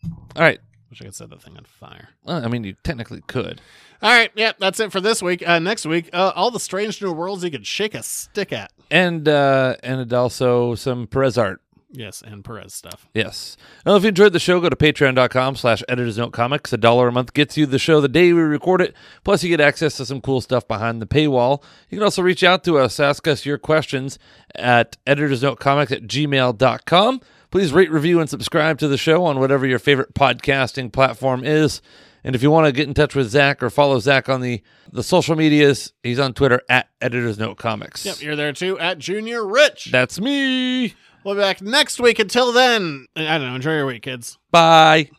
E: All right.
D: Wish I could set that thing on fire.
E: Well, I mean, you technically could.
D: All right, yeah, that's it for this week. Uh, next week, uh, all the strange new worlds you could shake a stick at.
E: And uh and also some Perez art.
D: Yes, and Perez stuff.
E: Yes. Now, if you enjoyed the show, go to patreon.com slash editorsnotecomics. A dollar a month gets you the show the day we record it. Plus, you get access to some cool stuff behind the paywall. You can also reach out to us, ask us your questions at editorsnotecomics at gmail.com. Please rate, review, and subscribe to the show on whatever your favorite podcasting platform is. And if you want to get in touch with Zach or follow Zach on the, the social medias, he's on Twitter at editorsnotecomics.
D: Yep, you're there too at Junior Rich.
E: That's me.
D: We'll be back next week. Until then, I don't know. Enjoy your week, kids.
E: Bye.